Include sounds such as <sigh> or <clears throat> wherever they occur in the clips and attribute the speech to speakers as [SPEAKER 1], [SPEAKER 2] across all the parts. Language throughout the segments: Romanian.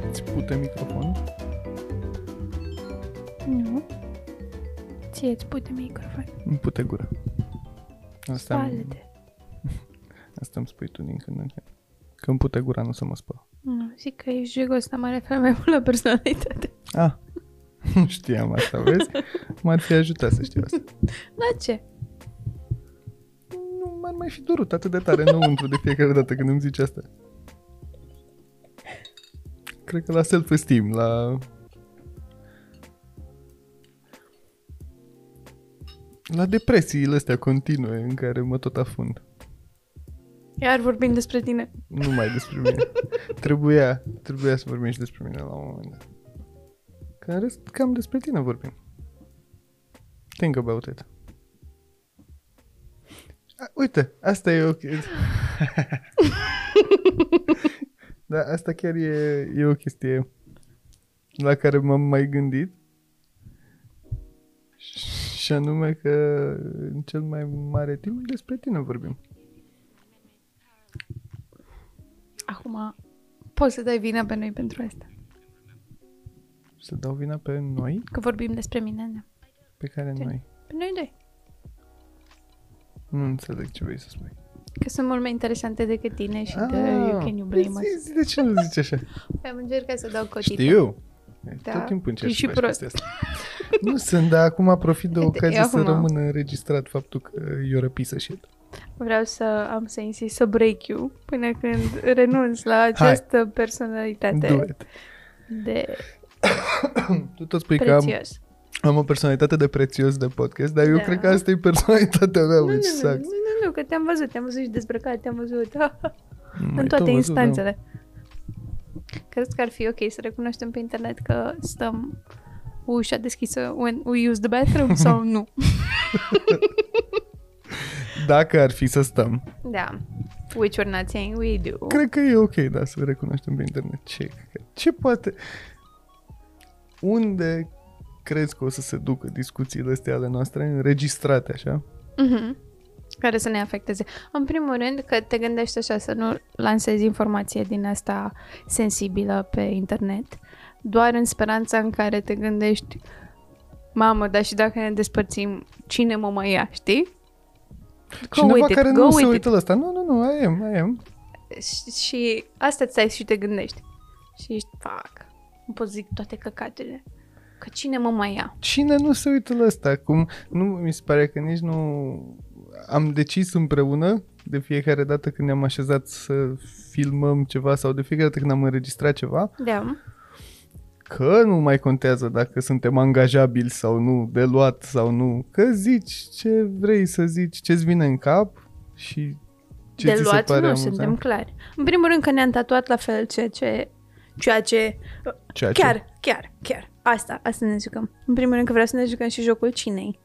[SPEAKER 1] deschide microfonul?
[SPEAKER 2] Nu. Ție îți pui de microfon.
[SPEAKER 1] Îmi pute gura. Asta, îmi-
[SPEAKER 2] Spală-te.
[SPEAKER 1] asta îmi spui tu din când în când. Că îmi pute gura, nu să mă spăl.
[SPEAKER 2] Nu, zic că ești jigos, dar mă refer mai mult la personalitate. <laughs>
[SPEAKER 1] Ah, <laughs> știam asta, vezi? M-ar fi ajutat să știu asta.
[SPEAKER 2] La ce?
[SPEAKER 1] Nu m-ar mai fi durut atât de tare înăuntru de fiecare dată când îmi zici asta. Cred că la self-esteem, la... La depresiile astea continue în care mă tot afund.
[SPEAKER 2] Iar vorbim despre tine.
[SPEAKER 1] Nu mai despre mine. Trebuia, trebuia să vorbim și despre mine la un moment dat. Că în rest, cam despre tine vorbim. Think about it. A, uite, asta e ok. <laughs> da, asta chiar e, e o chestie la care m-am mai gândit. Și anume că în cel mai mare timp despre tine vorbim.
[SPEAKER 2] Acum, poți să dai vina pe noi pentru asta.
[SPEAKER 1] Să dau vina pe noi,
[SPEAKER 2] Că vorbim despre mine, da.
[SPEAKER 1] pe care
[SPEAKER 2] Ce?
[SPEAKER 1] noi.
[SPEAKER 2] Pe noi doi.
[SPEAKER 1] Nu înțeleg ce vrei să spui.
[SPEAKER 2] Că sunt mult mai interesante decât tine și de
[SPEAKER 1] Ah,
[SPEAKER 2] You Can You Blame Us.
[SPEAKER 1] Păi zi, zi, de ce nu zici
[SPEAKER 2] <laughs>
[SPEAKER 1] așa?
[SPEAKER 2] Am încercat să dau cotită.
[SPEAKER 1] Știu. Da.
[SPEAKER 2] Da.
[SPEAKER 1] Tot timpul încerc
[SPEAKER 2] E și
[SPEAKER 1] să faci
[SPEAKER 2] prost.
[SPEAKER 1] chestia asta. Nu sunt, dar acum profit de
[SPEAKER 2] Uite,
[SPEAKER 1] ocazie
[SPEAKER 2] <laughs> eu
[SPEAKER 1] să
[SPEAKER 2] acum-
[SPEAKER 1] rămână înregistrat faptul că e o răpisă și el.
[SPEAKER 2] Vreau să am să insist să break you până când renunț la această personalitate
[SPEAKER 1] Duet.
[SPEAKER 2] de
[SPEAKER 1] Tu tot spui că am,
[SPEAKER 2] prețios.
[SPEAKER 1] am, o personalitate de prețios de podcast, dar eu
[SPEAKER 2] Da.
[SPEAKER 1] cred că asta e personalitatea mea,
[SPEAKER 2] nu,
[SPEAKER 1] which
[SPEAKER 2] nu, nu,
[SPEAKER 1] sucks.
[SPEAKER 2] nu, nu, că te-am văzut, te-am văzut și dezbrăcat, te-am văzut <laughs>
[SPEAKER 1] Mai da.
[SPEAKER 2] în
[SPEAKER 1] tot
[SPEAKER 2] toate
[SPEAKER 1] văzut,
[SPEAKER 2] instanțele. Crezi că ar fi ok să recunoaștem pe internet că stăm cu ușa deschisă when we use the bathroom
[SPEAKER 1] <laughs>
[SPEAKER 2] sau nu?
[SPEAKER 1] da. Dacă ar fi să stăm.
[SPEAKER 2] Da. Which we're not saying we do.
[SPEAKER 1] Cred că e ok, da, să recunoaștem pe internet. Ce, ce poate... Unde crezi că o să se ducă discuțiile astea ale noastre înregistrate, așa?
[SPEAKER 2] Mhm. Care să ne afecteze. În primul rând că te gândești așa să nu lansezi informație din asta sensibilă pe internet, doar în speranța în care te gândești mamă, dar și dacă ne despărțim, cine mă mai ia, știi? Go
[SPEAKER 1] Cineva
[SPEAKER 2] with it,
[SPEAKER 1] care
[SPEAKER 2] go
[SPEAKER 1] nu se
[SPEAKER 2] with
[SPEAKER 1] uită la asta. Nu, nu, nu, I am, I am.
[SPEAKER 2] it. Și, și asta îți stai și te gândești. Și ești, fac, nu pot zic toate căcatele. Că cine mă mai ia?
[SPEAKER 1] Cine nu se uită la asta? Cum nu mi se pare că nici nu... Am decis împreună de fiecare dată când ne-am așezat să filmăm ceva sau de fiecare dată când am înregistrat ceva,
[SPEAKER 2] Da.
[SPEAKER 1] că nu mai contează dacă suntem angajabili sau nu, de luat sau nu, că zici ce vrei să zici, ce-ți vine în cap și ce
[SPEAKER 2] de
[SPEAKER 1] ți
[SPEAKER 2] luat
[SPEAKER 1] se pare da?
[SPEAKER 2] nu,
[SPEAKER 1] amuzant.
[SPEAKER 2] suntem clari. În primul rând că ne-am tatuat la fel ceea ce... Ceea ce...
[SPEAKER 1] Ceea ce-
[SPEAKER 2] Chiar, chiar, chiar. Asta, asta ne jucăm. În primul rând că vreau să ne jucăm și jocul cinei.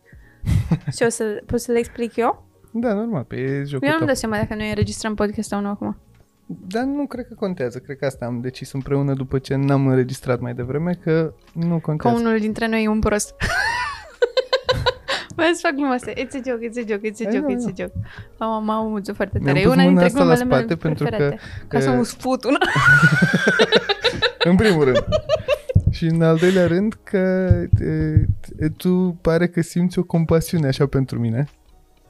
[SPEAKER 1] <laughs>
[SPEAKER 2] și o să, pot să le explic eu?
[SPEAKER 1] Da, normal, pe e jocul
[SPEAKER 2] Eu nu-mi
[SPEAKER 1] tău.
[SPEAKER 2] dau seama dacă noi înregistrăm podcastul nou acum.
[SPEAKER 1] Dar nu cred că contează, cred că asta am decis împreună după ce n-am înregistrat mai devreme, că nu
[SPEAKER 2] Că
[SPEAKER 1] contează.
[SPEAKER 2] unul dintre noi e un prost. Mai să fac gluma asta. It's a joke, it's a joke, it's a
[SPEAKER 1] Ai,
[SPEAKER 2] joke,
[SPEAKER 1] ai,
[SPEAKER 2] it's a joke. Am mă amuză foarte
[SPEAKER 1] Mi-am
[SPEAKER 2] tare.
[SPEAKER 1] da, pus
[SPEAKER 2] E una
[SPEAKER 1] mâna
[SPEAKER 2] dintre
[SPEAKER 1] asta la
[SPEAKER 2] glumele mele
[SPEAKER 1] spate pentru că-
[SPEAKER 2] preferate. Ca să
[SPEAKER 1] că-
[SPEAKER 2] mă sput
[SPEAKER 1] <laughs>
[SPEAKER 2] una.
[SPEAKER 1] În primul rând. Și în al doilea rând că e, e, tu pare că simți o compasiune așa pentru mine.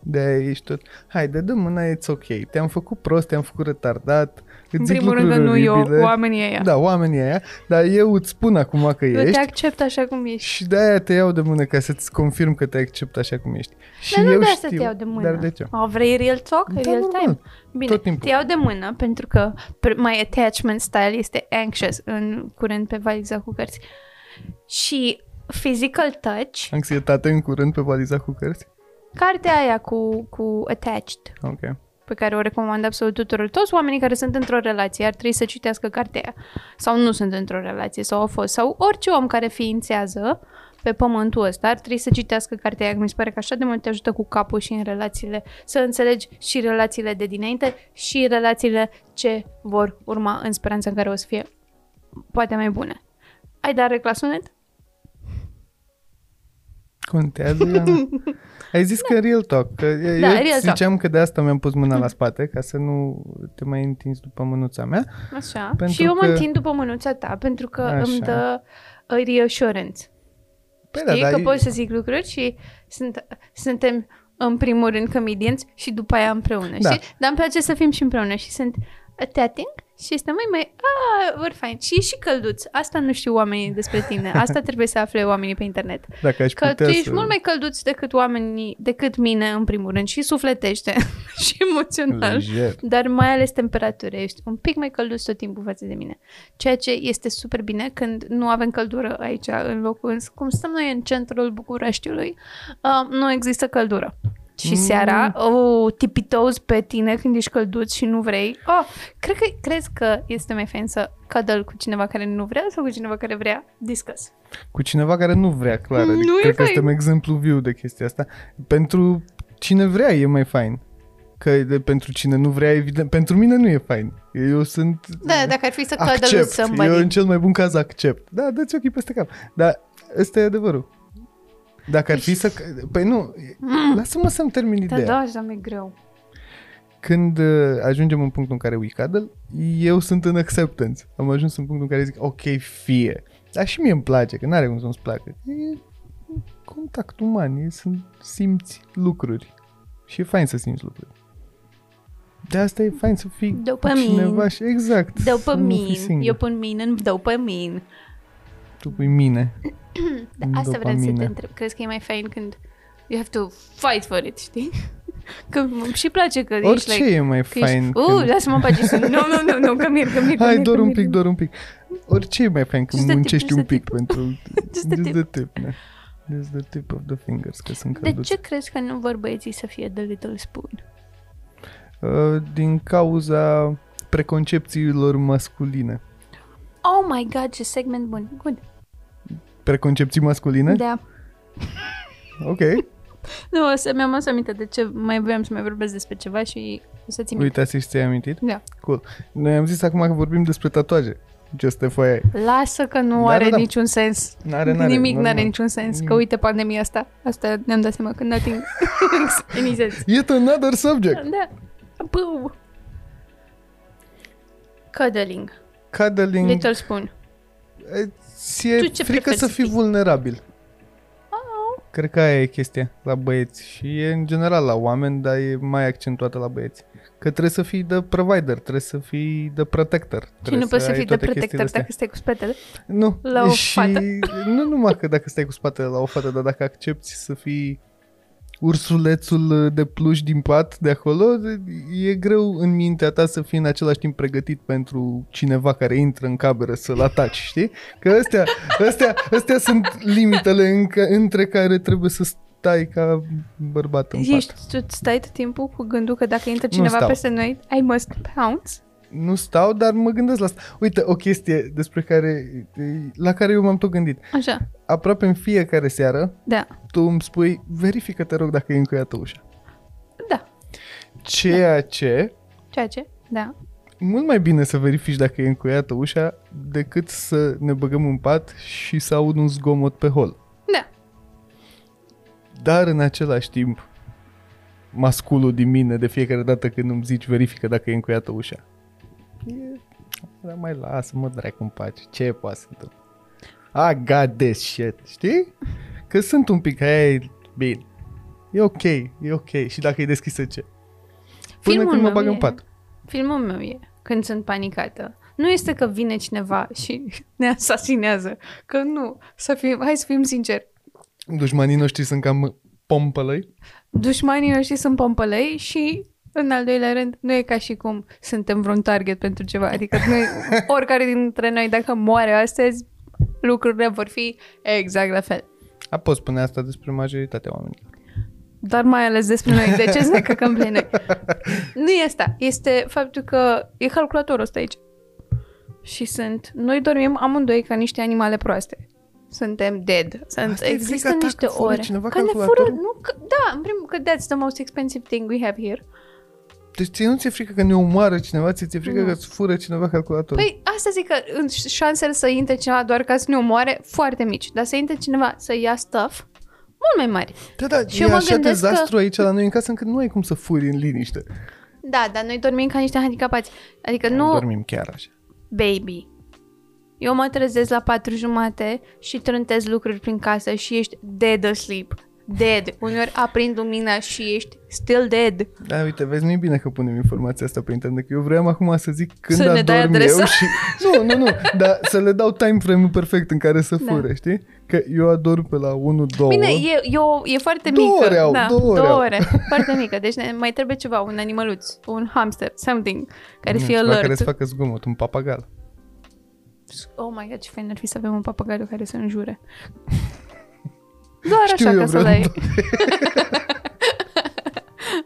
[SPEAKER 1] de ești tot, hai, dă mâna, it's ok, te-am făcut prost, te-am făcut retardat, îți
[SPEAKER 2] În
[SPEAKER 1] zic
[SPEAKER 2] primul rând că
[SPEAKER 1] lucruri
[SPEAKER 2] nu eu,
[SPEAKER 1] oribile.
[SPEAKER 2] oamenii ăia.
[SPEAKER 1] Da, oamenii aia, dar eu îți spun acum că
[SPEAKER 2] Eu te
[SPEAKER 1] ești
[SPEAKER 2] accept așa cum ești.
[SPEAKER 1] și de-aia te iau de mână ca să-ți confirm că te accept așa cum ești. Și
[SPEAKER 2] Dar nu
[SPEAKER 1] eu
[SPEAKER 2] de asta
[SPEAKER 1] știu,
[SPEAKER 2] te iau de mână.
[SPEAKER 1] Dar de ce?
[SPEAKER 2] O, vrei real talk?
[SPEAKER 1] Da,
[SPEAKER 2] real
[SPEAKER 1] normal.
[SPEAKER 2] time? Bine,
[SPEAKER 1] Tot timpul.
[SPEAKER 2] te iau de mână pentru că pr- my attachment style este anxious în curând pe valiza cu cărți. Și physical touch,
[SPEAKER 1] Anxietate în curând pe valiza cu cărți?
[SPEAKER 2] cartea aia cu, cu attached,
[SPEAKER 1] Ok.
[SPEAKER 2] pe care o recomand absolut tuturor. Toți oamenii care sunt într-o relație ar trebui să citească cartea aia. Sau nu sunt într-o relație, sau au fost. Sau orice om care ființează pe pământul ăsta ar trebui să citească cartea aia. Mi se pare că așa de mult te ajută cu capul și în relațiile, să înțelegi și relațiile de dinainte și relațiile ce vor urma în speranța în care o să fie poate mai bune. Ai dat reclasunet? <laughs>
[SPEAKER 1] Contează, Iana? Ai zis da. că real talk. Că eu
[SPEAKER 2] Da,
[SPEAKER 1] îți
[SPEAKER 2] real talk. Mhm.
[SPEAKER 1] ziceam că de asta mi-am pus mâna la spate, ca să nu te mai întinzi după mânuța mea.
[SPEAKER 2] Așa.
[SPEAKER 1] Pentru
[SPEAKER 2] și eu mă
[SPEAKER 1] că-
[SPEAKER 2] întind după mânuța ta, pentru că
[SPEAKER 1] Așa.
[SPEAKER 2] îmi dă uh, reassurance.
[SPEAKER 1] Păi
[SPEAKER 2] Știi
[SPEAKER 1] da,
[SPEAKER 2] că
[SPEAKER 1] dar
[SPEAKER 2] pot să zic lucruri și sunt, suntem în primul rând comedienți și după aia împreună,
[SPEAKER 1] Da.
[SPEAKER 2] știi? Dar îmi place să fim și împreună și sunt uh, tatting și stăm mai mai, a, we're fine. Și ești și călduț. Asta nu știu oamenii despre tine.
[SPEAKER 1] <laughs>
[SPEAKER 2] Asta trebuie să afle oamenii pe internet.
[SPEAKER 1] dacă aș
[SPEAKER 2] Că tu
[SPEAKER 1] Deci putea
[SPEAKER 2] ești
[SPEAKER 1] să...
[SPEAKER 2] mult mai călduț decât oamenii, decât mine în primul rând și sufletește <laughs> și emoțional.
[SPEAKER 1] Lejer.
[SPEAKER 2] Dar mai ales temperatură, ești un pic mai călduț tot timpul față de mine. Ceea ce este super bine când nu avem căldură aici în locul, în- cum stăm noi în centrul Bucureștiului, uh, nu există căldură. Și mm. seara, oh, tipitozi pe tine când ești călduț și nu vrei. Oh, cred că, crezi că este mai fain să cădăl cu cineva care nu vrea sau cu cineva care vrea? Discuss.
[SPEAKER 1] Cu cineva care nu vrea, clar.
[SPEAKER 2] Nu
[SPEAKER 1] Adică
[SPEAKER 2] e
[SPEAKER 1] cred că
[SPEAKER 2] fain.
[SPEAKER 1] suntem exemplu viu de chestia asta. Pentru cine vrea e mai fain. Că de, pentru cine nu vrea, evident, pentru mine nu e fain. Eu sunt...
[SPEAKER 2] Da, dacă ar fi să cădăl
[SPEAKER 1] Mm. accept.
[SPEAKER 2] somebody. Da,
[SPEAKER 1] Eu în cel mai bun caz accept. Da, dă-ți ochii peste cap. Dar ăsta e adevărul. Dacă ar fi să... Păi nu,
[SPEAKER 2] Mm.
[SPEAKER 1] lasă-mă să-mi termin
[SPEAKER 2] Da,
[SPEAKER 1] ideea.
[SPEAKER 2] da, așa mi-e greu.
[SPEAKER 1] Când uh, ajungem în punctul în care we cuddle, eu sunt în acceptance. Am ajuns în punctul în care zic, ok, fie. Dar și mie îmi place, că n-are cum să nu-ți placă. E contact uman, e să simți lucruri. Și e fain să simți lucruri. De asta e fain să fii
[SPEAKER 2] Dopamin.
[SPEAKER 1] cu cineva și exact. să nu fii
[SPEAKER 2] Dopamin.
[SPEAKER 1] singur.
[SPEAKER 2] Eu pun mine în dopamin.
[SPEAKER 1] Tu pui mine.
[SPEAKER 2] Da,
[SPEAKER 1] În
[SPEAKER 2] asta vreau să te
[SPEAKER 1] dopamină.
[SPEAKER 2] întreb. Crezi că e mai fain când you have to fight for it, știi? <laughs> Că îmi și place că
[SPEAKER 1] Orice
[SPEAKER 2] ești like...
[SPEAKER 1] e mai
[SPEAKER 2] Că
[SPEAKER 1] fain.
[SPEAKER 2] ești, uh,
[SPEAKER 1] când-
[SPEAKER 2] lasă-mă în pace să nu, nu, nu, nu, că mir, că mir,
[SPEAKER 1] Hai, doar un pic, doar un pic. Orice e mai fain
[SPEAKER 2] Just
[SPEAKER 1] când
[SPEAKER 2] the
[SPEAKER 1] muncești
[SPEAKER 2] tip, just
[SPEAKER 1] un
[SPEAKER 2] the
[SPEAKER 1] pic pentru...
[SPEAKER 2] <laughs> Just the
[SPEAKER 1] Just
[SPEAKER 2] tip.
[SPEAKER 1] the tip, da. Just the tip of the fingers, că sunt
[SPEAKER 2] De
[SPEAKER 1] călduț.
[SPEAKER 2] ce crezi că nu vor băieții să fie The Little Spoon?
[SPEAKER 1] Uh, Din cauza preconcepțiilor masculine.
[SPEAKER 2] Oh my god, ce segment bun. Good.
[SPEAKER 1] Preconcepții masculine?
[SPEAKER 2] Da.
[SPEAKER 1] Ok.
[SPEAKER 2] Nu, o să mi-am adus aminte de ce mai voiam să mai vorbesc despre ceva și o să țin. minte.
[SPEAKER 1] Uite, să ți-ai amintit.
[SPEAKER 2] Da.
[SPEAKER 1] Cool. Noi am zis acum că vorbim despre tatuaje. Just the foaie.
[SPEAKER 2] Lasă că nu
[SPEAKER 1] Da,
[SPEAKER 2] are
[SPEAKER 1] da, da.
[SPEAKER 2] niciun sens.
[SPEAKER 1] N-are, n-are.
[SPEAKER 2] Nimic nu are
[SPEAKER 1] normal.
[SPEAKER 2] niciun sens. Că
[SPEAKER 1] Nimic.
[SPEAKER 2] uite pandemia asta. Asta ne-am dat seama că nothing <laughs> makes any sense.
[SPEAKER 1] Yet another subject.
[SPEAKER 2] Da. Bău. Cuddling.
[SPEAKER 1] Cuddling.
[SPEAKER 2] Little Spoon.
[SPEAKER 1] Eh, Ți-e
[SPEAKER 2] Tu
[SPEAKER 1] frică
[SPEAKER 2] ce preferi
[SPEAKER 1] să
[SPEAKER 2] să
[SPEAKER 1] fii
[SPEAKER 2] fii?
[SPEAKER 1] vulnerabil.
[SPEAKER 2] Oh.
[SPEAKER 1] Cred că aia e chestia la băieți și e în general la oameni, dar e mai accentuată la băieți. Că trebuie să fii de provider, trebuie să fii de protector.
[SPEAKER 2] Și
[SPEAKER 1] trebuie
[SPEAKER 2] nu poți să
[SPEAKER 1] ai
[SPEAKER 2] fii de
[SPEAKER 1] toate chestiile
[SPEAKER 2] protector
[SPEAKER 1] astea.
[SPEAKER 2] dacă stai cu spatele.
[SPEAKER 1] Nu.
[SPEAKER 2] la o
[SPEAKER 1] și
[SPEAKER 2] fată.
[SPEAKER 1] nu numai că dacă stai cu spatele la o fată, dar dacă accepti să fii ursulețul de pluș din pat de acolo, e greu în mintea ta să fii în același timp pregătit pentru cineva care intră în cameră să-l ataci, știi? Că astea, astea, astea sunt limitele încă, între care trebuie să stai ca bărbat în
[SPEAKER 2] Ești,
[SPEAKER 1] pat.
[SPEAKER 2] tu stai tot timpul cu gândul că dacă intră cineva
[SPEAKER 1] stau.
[SPEAKER 2] peste noi, I must pounce.
[SPEAKER 1] Nu stau, dar mă gândesc la asta. Uite, o chestie despre care, la care eu m-am tot gândit.
[SPEAKER 2] Așa.
[SPEAKER 1] Aproape în fiecare seară,
[SPEAKER 2] Da.
[SPEAKER 1] tu îmi spui, verifică te rog dacă e încuiată ușa.
[SPEAKER 2] Da.
[SPEAKER 1] Ceea ce,
[SPEAKER 2] Ceea ce? Da.
[SPEAKER 1] mult mai bine să verifici dacă e încuiată ușa decât să ne băgăm în pat și să aud un zgomot pe hol.
[SPEAKER 2] Da.
[SPEAKER 1] Dar în același timp, masculul din mine de fiecare dată când îmi zici verifică dacă e încuiată ușa. E... Dar mai lasă-mă dracu în pace, ce poate să întâmple? Ah, god this shit, știi? Că sunt un pic, hei, bine. E ok, e ok. Și dacă e deschisă ce? Până
[SPEAKER 2] Filmul
[SPEAKER 1] când mă
[SPEAKER 2] meu
[SPEAKER 1] bag
[SPEAKER 2] e-
[SPEAKER 1] în pat.
[SPEAKER 2] Filmul meu e când sunt panicată. Nu este că vine cineva și <laughs> ne asasinează. Că nu. Să fim, hai să fim sinceri.
[SPEAKER 1] Dușmanii noștri sunt cam pompălăi.
[SPEAKER 2] dușmanii noștri sunt pompălăi și în al doilea rând, nu e ca și cum suntem vreun target pentru ceva. Adică
[SPEAKER 1] <laughs>
[SPEAKER 2] noi, oricare dintre noi, dacă moare astăzi, lucrurile vor fi exact la fel.
[SPEAKER 1] A pot spune asta despre majoritatea oamenilor.
[SPEAKER 2] Dar mai ales despre noi. De ce să ne căcăm pe noi? Nu e asta. Este faptul că e calculatorul ăsta aici. Și sunt... Noi dormim amândoi ca niște animale proaste. Suntem dead. Sunt,
[SPEAKER 1] Asta e
[SPEAKER 2] există
[SPEAKER 1] frica ta,
[SPEAKER 2] niște
[SPEAKER 1] că fură
[SPEAKER 2] ore.
[SPEAKER 1] cineva
[SPEAKER 2] că ne fură...
[SPEAKER 1] calculatorul?
[SPEAKER 2] Nu, că, da, în primul că that's the most expensive thing we have here.
[SPEAKER 1] Deci ție nu ți-e frică că ne omoară cineva, ți ți-e frică că îți fură cineva calculatorul.
[SPEAKER 2] Păi asta zic că în- șansele să intre cineva doar ca să ne omoare foarte mici, dar să intre cineva să ia stuff, mult mai mari.
[SPEAKER 1] Da, da,
[SPEAKER 2] Și
[SPEAKER 1] e
[SPEAKER 2] eu mă
[SPEAKER 1] așa
[SPEAKER 2] gândesc că-
[SPEAKER 1] dezastru aici la noi în casă încât nu ai cum să furi în liniște.
[SPEAKER 2] Da, dar noi dormim ca niște handicapați. Adică nu
[SPEAKER 1] Dormim chiar așa.
[SPEAKER 2] baby. Eu mă trezesc la patru jumate și trântez lucruri prin casă și ești dead asleep. Dead. Uneori aprind lumina și ești still dead.
[SPEAKER 1] Da, uite, vezi, nu e bine că punem informația asta pe internet, că eu vreau acum să zic când
[SPEAKER 2] Să ne dai
[SPEAKER 1] adorm
[SPEAKER 2] adresa.
[SPEAKER 1] eu <laughs> și... Nu, nu, nu, dar să le dau time frame-ul perfect în care să
[SPEAKER 2] Da.
[SPEAKER 1] fure, știi? Că eu adorm pe la 1, 2...
[SPEAKER 2] Bine, e, e, o, e foarte
[SPEAKER 1] Oh. Două
[SPEAKER 2] mică.
[SPEAKER 1] ore au,
[SPEAKER 2] da,
[SPEAKER 1] două ore au.
[SPEAKER 2] două ore. Foarte mică. Deci ne mai trebuie ceva, un animăluț, un hamster, something,
[SPEAKER 1] Mm,
[SPEAKER 2] care să fie alert.
[SPEAKER 1] care să facă zgomot, un papagal.
[SPEAKER 2] Oh my god, ce fain ar fi să avem un papagaiu care
[SPEAKER 1] <laughs>
[SPEAKER 2] să înjure. Doar
[SPEAKER 1] Știu
[SPEAKER 2] așa
[SPEAKER 1] eu
[SPEAKER 2] ca să
[SPEAKER 1] vreun- <laughs>
[SPEAKER 2] dai.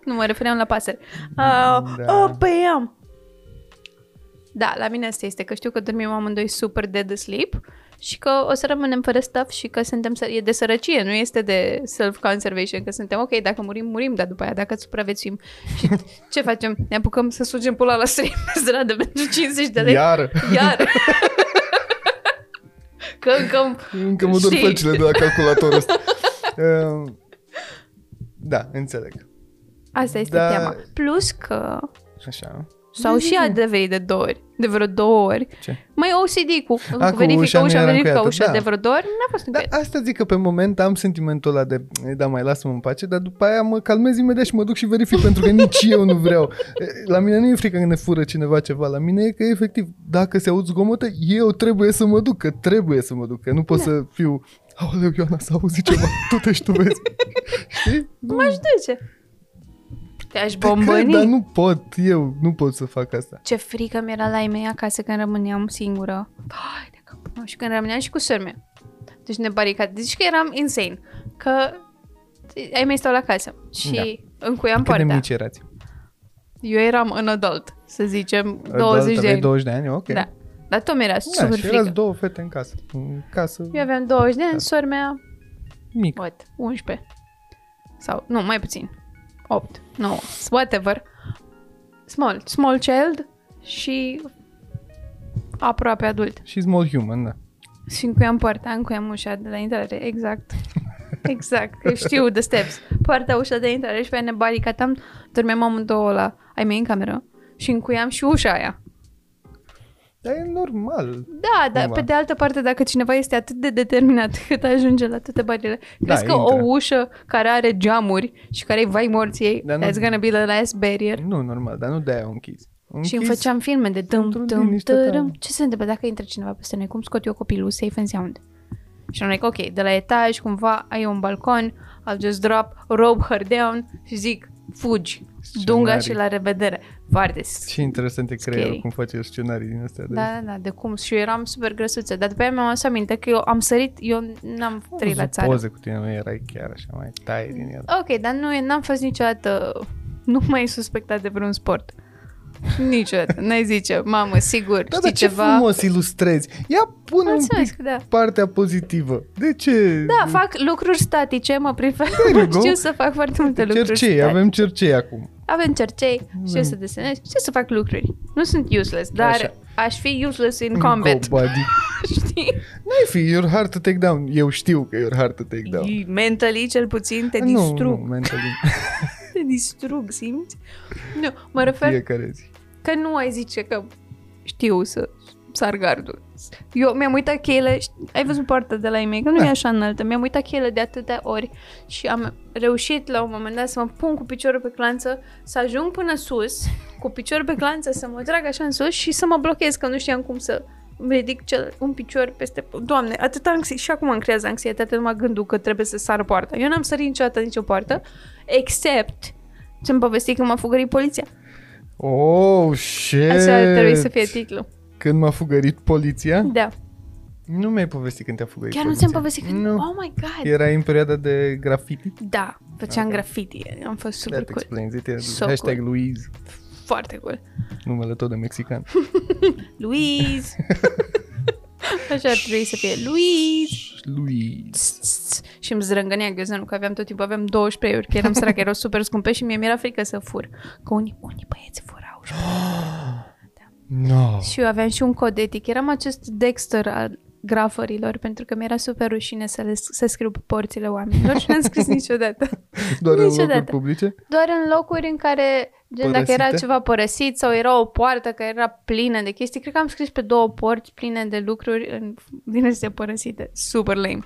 [SPEAKER 2] nu mă refeream la pasări. Uh,
[SPEAKER 1] Da.
[SPEAKER 2] Oh, pe am. Da, la mine asta este, că știu că dormim amândoi super dead asleep și că o să rămânem fără stuff și că suntem, să- e de sărăcie, nu este de self-conservation, că suntem ok, dacă murim, murim, dar după aia dacă supraviețuim
[SPEAKER 1] <laughs>
[SPEAKER 2] și ce facem? Ne apucăm să sugem pula la străin pe stradă pentru 50 de lei?
[SPEAKER 1] Iar, <laughs>
[SPEAKER 2] Iar. că încă...
[SPEAKER 1] încă mă dor
[SPEAKER 2] Știi.
[SPEAKER 1] fălcile de la calculatorul ăsta. Uh, Da, înțeleg.
[SPEAKER 2] Asta este
[SPEAKER 1] Da.
[SPEAKER 2] da. teama. Plus că
[SPEAKER 1] Așa.
[SPEAKER 2] s-au și adeverit de două ori, de vreo două ori.
[SPEAKER 1] Ce?
[SPEAKER 2] Mai OCD cu,
[SPEAKER 1] A, cu
[SPEAKER 2] cu verifică
[SPEAKER 1] ușa nu
[SPEAKER 2] ușa,
[SPEAKER 1] era
[SPEAKER 2] verifică
[SPEAKER 1] încuiată,
[SPEAKER 2] ușa
[SPEAKER 1] da.
[SPEAKER 2] de vreo două ori, n-a fost
[SPEAKER 1] Da,
[SPEAKER 2] încăiat.
[SPEAKER 1] asta zic că pe moment am sentimentul ăla de, "E, da, mai lasă-mă în pace, dar după aia mă calmez imediat și mă duc și verific, pentru că nici eu nu
[SPEAKER 2] <laughs>
[SPEAKER 1] vreau. E, La mine nu e frică că ne fură cineva ceva, la mine e că efectiv, dacă se aud zgomote, eu trebuie să mă duc, că trebuie să mă duc, că nu pot
[SPEAKER 2] Da.
[SPEAKER 1] să fiu, aoleu, Ioana, s-a auzit ceva, tu te și tu
[SPEAKER 2] <laughs>
[SPEAKER 1] vezi. Știi? Nu,
[SPEAKER 2] M-aș duce. Te-aș
[SPEAKER 1] te cred, dar
[SPEAKER 2] bombăni.
[SPEAKER 1] nu pot, eu nu pot să fac asta.
[SPEAKER 2] Ce frică mi era la ei mei acasă când rămâneam singură. Hai de capul meu. Și când rămâneam și cu sârme. Deci ne baricade. Deci că eram insane. Că ai mei stau la casă. Și da. încuiam
[SPEAKER 1] Cât de
[SPEAKER 2] poarta.
[SPEAKER 1] mici erați?
[SPEAKER 2] Eu eram în adult, să zicem, 20
[SPEAKER 1] Adult,
[SPEAKER 2] de
[SPEAKER 1] aveai
[SPEAKER 2] ani.
[SPEAKER 1] 20 de ani, ok.
[SPEAKER 2] Da. Dar tot mi-era
[SPEAKER 1] Da,
[SPEAKER 2] super
[SPEAKER 1] și
[SPEAKER 2] frică.
[SPEAKER 1] erați două fete în casă. În casă
[SPEAKER 2] Eu aveam 20 de ani, sora mea,
[SPEAKER 1] mică.
[SPEAKER 2] what, 11. Sau, nu, mai puțin. 8, 9, whatever. Small, small child și aproape adult.
[SPEAKER 1] Și small human, da.
[SPEAKER 2] Și încuiam poarta, încuiam ușa de la intrare, exact. Exact, că știu the steps. Poarta, ușa de intrare și pe aia ne baricatam, dormeam amândouă la ai mei în cameră și încuiam și ușa aia.
[SPEAKER 1] Dar e normal.
[SPEAKER 2] Da, dar
[SPEAKER 1] Cumva.
[SPEAKER 2] pe de altă parte, dacă cineva este atât de determinat <laughs> cât ajunge la toate barierele,
[SPEAKER 1] Da,
[SPEAKER 2] crezi că
[SPEAKER 1] intră.
[SPEAKER 2] o ușă care are geamuri și care e vai morții ei,
[SPEAKER 1] Dar nu-
[SPEAKER 2] that's gonna be the last barrier.
[SPEAKER 1] Nu, normal, dar nu de-aia o închizi. O
[SPEAKER 2] Și îmi
[SPEAKER 1] închizi-
[SPEAKER 2] făceam filme de dâm,
[SPEAKER 1] într-un
[SPEAKER 2] dâm,
[SPEAKER 1] liniște
[SPEAKER 2] dărâm.
[SPEAKER 1] ta.
[SPEAKER 2] Ce se întâmplă dacă intră cineva peste noi? Cum scot eu copilul safe and sound? Și am like, ok, de la etaj, cumva, ai un balcon, I'll just drop, robe her down și zic, fugi, dunga și la revedere. Foarte
[SPEAKER 1] Ce interesant e
[SPEAKER 2] Scary.
[SPEAKER 1] creierul cum face scenarii din astea. de-
[SPEAKER 2] Da, da, da, de cum. Și eu eram super grăsuță. Dar după aia mi-am adus aminte că eu am sărit, eu n-am
[SPEAKER 1] Am
[SPEAKER 2] trăit la
[SPEAKER 1] văzut
[SPEAKER 2] țară.
[SPEAKER 1] poze cu tine, nu erai chiar așa, mai tai din el.
[SPEAKER 2] Ok, dar nu, e- n-am fost niciodată, nu mai suspectat de vreun sport.
[SPEAKER 1] <laughs>
[SPEAKER 2] Niciodată. N-ai zice, mamă, sigur,
[SPEAKER 1] Da,
[SPEAKER 2] știi
[SPEAKER 1] dar ce
[SPEAKER 2] ceva.
[SPEAKER 1] frumos ilustrezi. Ia pune un
[SPEAKER 2] Mulțumesc,
[SPEAKER 1] pic
[SPEAKER 2] da.
[SPEAKER 1] partea pozitivă. De ce?
[SPEAKER 2] Da, fac lucruri statice, mă prefer,
[SPEAKER 1] you
[SPEAKER 2] mă
[SPEAKER 1] go.
[SPEAKER 2] <laughs> știu să fac foarte multe lucruri
[SPEAKER 1] cercei,
[SPEAKER 2] statice.
[SPEAKER 1] avem cercei acum.
[SPEAKER 2] avem cercei, știu să desenez, știu să fac lucruri. Nu sunt useless, dar
[SPEAKER 1] Da, Așa.
[SPEAKER 2] aș fi useless in combat,
[SPEAKER 1] Go, buddy.
[SPEAKER 2] <laughs> știi?
[SPEAKER 1] N-ai fi, your hard to take down. Eu știu că your hard to take down.
[SPEAKER 2] Mentally, cel puțin, te
[SPEAKER 1] Da. nu,
[SPEAKER 2] distrug.
[SPEAKER 1] nu,
[SPEAKER 2] <laughs>
[SPEAKER 1] mentally,
[SPEAKER 2] Te distrug, simți? Nu, mă refer
[SPEAKER 1] fiecare zi.
[SPEAKER 2] că nu ai zice că știu să sar gardul. Eu mi-am uitat cheile, ș- ai văzut partea de la ei mei, că nu
[SPEAKER 1] Da.
[SPEAKER 2] e așa înaltă, mi-am uitat cheile de atâtea ori și am reușit la un moment dat să mă pun cu piciorul pe clanță, să ajung până sus, cu piciorul pe clanță, să mă trag așa în sus și să mă blochez, că nu știam cum să îmi ridic cel, un picior peste... Doamne, atât anxi... și acum îmi creează anxietate numai gândul că trebuie să sară poarta. Eu n-am sărit niciodată nicio poartă, except ce-mi povesti că m-a fugărit poliția.
[SPEAKER 1] Oh, shit!
[SPEAKER 2] Așa ar trebui să fie titlul.
[SPEAKER 1] Când m-a fugărit poliția?
[SPEAKER 2] Da.
[SPEAKER 1] Nu mi-ai povestit când te-a fugărit
[SPEAKER 2] Chiar nu
[SPEAKER 1] poliția.
[SPEAKER 2] ți-am povestit că...
[SPEAKER 1] Nu.
[SPEAKER 2] Oh my god!
[SPEAKER 1] Era în perioada de graffiti.
[SPEAKER 2] Da, făceam graffiti. Am fost super
[SPEAKER 1] That
[SPEAKER 2] cool.
[SPEAKER 1] explains it. E
[SPEAKER 2] So
[SPEAKER 1] hashtag
[SPEAKER 2] cool.
[SPEAKER 1] Luiz,
[SPEAKER 2] Foarte cool.
[SPEAKER 1] numele tot de
[SPEAKER 2] <laughs>
[SPEAKER 1] mexican.
[SPEAKER 2] Luis!
[SPEAKER 1] <laughs>
[SPEAKER 2] Așa ar trebui să fie. Luis!
[SPEAKER 1] Luiz.
[SPEAKER 2] Și îmi zrângănea ghiozanul că aveam tot timpul, aveam 12 euro, că eram
[SPEAKER 1] <laughs>
[SPEAKER 2] săracă, erau super scumpe și mie mi-era frică să fur. Că unii, unii băieți furau.
[SPEAKER 1] No.
[SPEAKER 2] Și eu aveam și un cod etic. Eram acest Dexter al grafărilor, pentru că mi-era super rușine să, le, să scriu pe porțile oamenilor și n-am
[SPEAKER 1] <laughs>
[SPEAKER 2] scris niciodată.
[SPEAKER 1] Doar în locuri
[SPEAKER 2] Niciodată.
[SPEAKER 1] publice?
[SPEAKER 2] Doar în locuri în care, gen, dacă era
[SPEAKER 1] Părăsite?
[SPEAKER 2] ceva părăsit sau era o poartă care era plină de chestii, cred că am scris pe două porți pline de lucruri în, din astea părăsite. Super lame.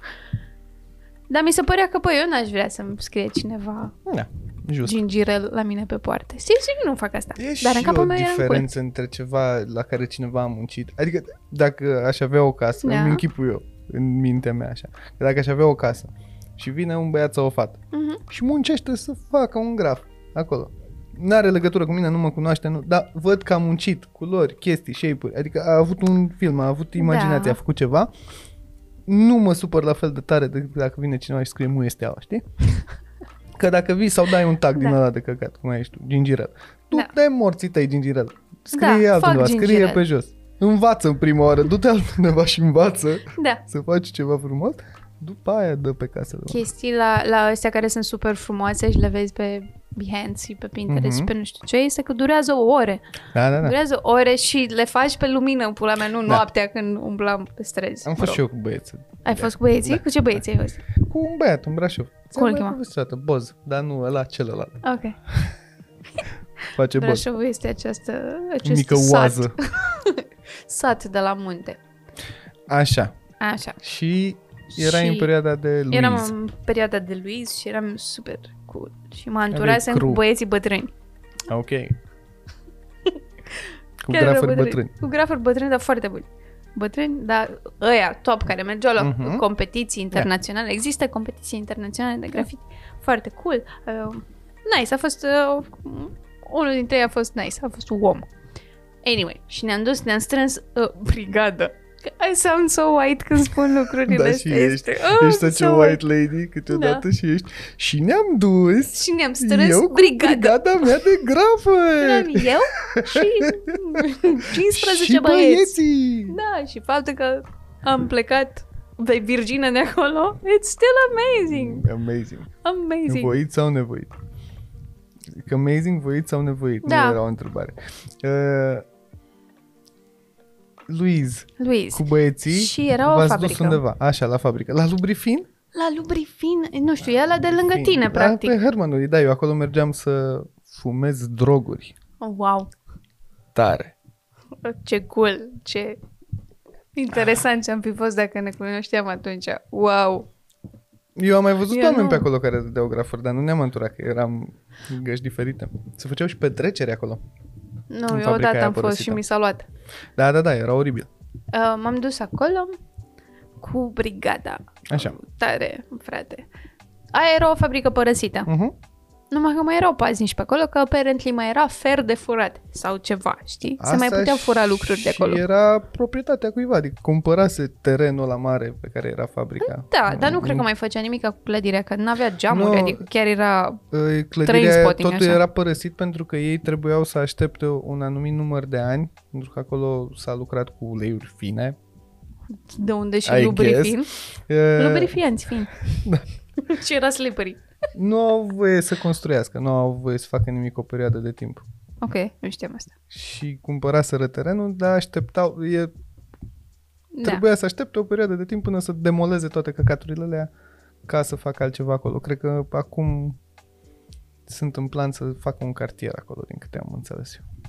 [SPEAKER 2] Dar mi se părea că, păi, eu n-aș vrea să-mi scrie cineva
[SPEAKER 1] Da, just.
[SPEAKER 2] gingirel la mine pe poartă. Sigur, nu fac asta.
[SPEAKER 1] E
[SPEAKER 2] Dar în
[SPEAKER 1] și
[SPEAKER 2] capul
[SPEAKER 1] o
[SPEAKER 2] meu era în cur.
[SPEAKER 1] diferență între ceva la care cineva a muncit. Adică dacă aș avea o casă,
[SPEAKER 2] Da.
[SPEAKER 1] îmi închipu eu în mintea mea așa, că dacă aș avea o casă și vine un băiat sau o fată
[SPEAKER 2] Mhm.
[SPEAKER 1] și muncește să facă un graf acolo. N-are legătură cu mine, nu mă cunoaște, nu, dar văd că a muncit culori, chestii, shape-uri, adică a avut un film, a avut imaginație,
[SPEAKER 2] Da.
[SPEAKER 1] a făcut ceva. Nu mă supăr la fel de tare decât dacă vine cineva și scrie mu este aua,
[SPEAKER 2] <laughs>
[SPEAKER 1] știi? Că dacă vii sau dai un tag din
[SPEAKER 2] Da.
[SPEAKER 1] ăla de căcat, cum ești tu, gingiral. Tu
[SPEAKER 2] Da.
[SPEAKER 1] dai morții tăi gingiral.
[SPEAKER 2] Da,
[SPEAKER 1] Scrie
[SPEAKER 2] fac
[SPEAKER 1] altundeva, scrie
[SPEAKER 2] gingiral.
[SPEAKER 1] pe jos. Învață în prima oară, du-te altundeva și învață
[SPEAKER 2] Da.
[SPEAKER 1] să faci ceva frumos. După aia dă pe casă.
[SPEAKER 2] Chestii la, la astea care sunt super frumoase și le vezi pe Behance și pe Pinterest
[SPEAKER 1] Mhm.
[SPEAKER 2] și pe nu știu ce, este că durează o ore.
[SPEAKER 1] Da, da, da.
[SPEAKER 2] Durează ore și le faci pe lumină, în pula mea, nu
[SPEAKER 1] Da.
[SPEAKER 2] noaptea când umblam pe străzi.
[SPEAKER 1] Am fost
[SPEAKER 2] mă rog.
[SPEAKER 1] și eu cu băieți.
[SPEAKER 2] Ai fost cu băieții?
[SPEAKER 1] Da.
[SPEAKER 2] Cu ce băieți ai fost?
[SPEAKER 1] Cu un băiat, un brașov.
[SPEAKER 2] Cum îl
[SPEAKER 1] mai
[SPEAKER 2] chema?
[SPEAKER 1] povestit odată, Boz, dar nu ăla celălalt.
[SPEAKER 2] Ok.
[SPEAKER 1] Face Boz.
[SPEAKER 2] Brașovul este această, acest
[SPEAKER 1] Mică
[SPEAKER 2] sat,
[SPEAKER 1] oază.
[SPEAKER 2] <laughs> sat de la munte.
[SPEAKER 1] Așa.
[SPEAKER 2] Așa.
[SPEAKER 1] Și era
[SPEAKER 2] Și
[SPEAKER 1] în perioada de Luiz.
[SPEAKER 2] Eram în perioada de Luis și eram super cool. Și mă
[SPEAKER 1] Aveai
[SPEAKER 2] anturasem
[SPEAKER 1] crew.
[SPEAKER 2] cu băieții bătrâni.
[SPEAKER 1] Ah,
[SPEAKER 2] <laughs>
[SPEAKER 1] Ok. Cu
[SPEAKER 2] Chiar erau
[SPEAKER 1] grafări bătrâni.
[SPEAKER 2] Cu grafuri bătrâni, dar foarte buni. Bătrâni, dar ăia top care mergeau la
[SPEAKER 1] Mhm.
[SPEAKER 2] competiții internaționale. Există competiții internaționale de grafit. Foarte cool. Uh, nice, a fost... Uh, unul dintre ei a fost nice, a fost om. Anyway, și ne-am dus, ne-am strâns uh, brigadă. I sound so white când spun lucrurile
[SPEAKER 1] Da, și
[SPEAKER 2] astea.
[SPEAKER 1] ești,
[SPEAKER 2] este,
[SPEAKER 1] oh,
[SPEAKER 2] "Oh,
[SPEAKER 1] ești such
[SPEAKER 2] so
[SPEAKER 1] a white lady câteodată și ești. Și ne-am dus
[SPEAKER 2] Și ne-am strâns
[SPEAKER 1] eu cu
[SPEAKER 2] brigadă.
[SPEAKER 1] brigada mea de
[SPEAKER 2] Eram
[SPEAKER 1] grafări. <laughs>
[SPEAKER 2] eu și 15
[SPEAKER 1] și
[SPEAKER 2] băieți.
[SPEAKER 1] băieții.
[SPEAKER 2] Da, și faptul că am plecat de Virginia de acolo, it's still amazing.
[SPEAKER 1] Amazing.
[SPEAKER 2] Amazing.
[SPEAKER 1] Voit sau nevoit? Că amazing, voit sau nevoit?
[SPEAKER 2] Da.
[SPEAKER 1] Nu era o întrebare. Uh, Luiz,
[SPEAKER 2] Luis,
[SPEAKER 1] cu băieții
[SPEAKER 2] Și era o
[SPEAKER 1] v-ați dus
[SPEAKER 2] fabrică.
[SPEAKER 1] undeva, așa, la fabrică. La Lubrifin?
[SPEAKER 2] la Lubrifin, nu știu, e la de lângă
[SPEAKER 1] Fin.
[SPEAKER 2] tine,
[SPEAKER 1] da,
[SPEAKER 2] practic.
[SPEAKER 1] Pe Hermanului, da, eu acolo mergeam să fumez droguri.
[SPEAKER 2] Oh, Wow,
[SPEAKER 1] Tare.
[SPEAKER 2] ce cool, ce interesant ce am fi fost dacă ne cunoșteam atunci. Wow.
[SPEAKER 1] Eu am mai văzut
[SPEAKER 2] Eu
[SPEAKER 1] oameni
[SPEAKER 2] nu.
[SPEAKER 1] pe acolo care dădeau grafuri, dar nu ne-am înturat, că eram în găști diferite. Se făceau și petreceri acolo.
[SPEAKER 2] Nu,
[SPEAKER 1] În
[SPEAKER 2] eu
[SPEAKER 1] fabrica
[SPEAKER 2] odată
[SPEAKER 1] aia
[SPEAKER 2] am fost
[SPEAKER 1] părăsită.
[SPEAKER 2] și mi s-a luat.
[SPEAKER 1] Da, da, da, era oribil.
[SPEAKER 2] Uh, m-am dus acolo cu brigada.
[SPEAKER 1] Așa.
[SPEAKER 2] Tare, frate. Aia era o fabrică părăsită.
[SPEAKER 1] Uh-huh.
[SPEAKER 2] Numai că mai erau pazi nici pe acolo, că apparently mai era fer de furat sau ceva, știi? Se mai puteau fura lucruri de acolo.
[SPEAKER 1] Mhm. era proprietatea cuiva, adică cumpărase terenul la mare pe care era fabrica. Mhm.
[SPEAKER 2] Da, dar nu cred că mai făcea nimic cu clădirea, că nu avea geamuri,
[SPEAKER 1] Nu.
[SPEAKER 2] adică chiar era...
[SPEAKER 1] Uh, Clădirea
[SPEAKER 2] Trainspotting,
[SPEAKER 1] totul
[SPEAKER 2] așa.
[SPEAKER 1] era părăsit pentru că ei trebuiau să aștepte un anumit număr de ani, pentru că acolo s-a lucrat cu uleiuri fine.
[SPEAKER 2] De unde și
[SPEAKER 1] I Da.
[SPEAKER 2] lubrifin.
[SPEAKER 1] <laughs> Uh,
[SPEAKER 2] Lubrifianți
[SPEAKER 1] <laughs>
[SPEAKER 2] fin. <laughs> și era slippery.
[SPEAKER 1] Nu au voie să construiască, nu au voie să facă nimic o perioadă de timp.
[SPEAKER 2] Ok, nu știam asta.
[SPEAKER 1] Și cumpăraseră terenul, dar așteptau, e,
[SPEAKER 2] Da.
[SPEAKER 1] trebuia să aștepte o perioadă de timp până să demoleze toate căcaturile alea ca să facă altceva acolo. Cred că acum sunt în plan să facă un cartier acolo, din câte am înțeles eu.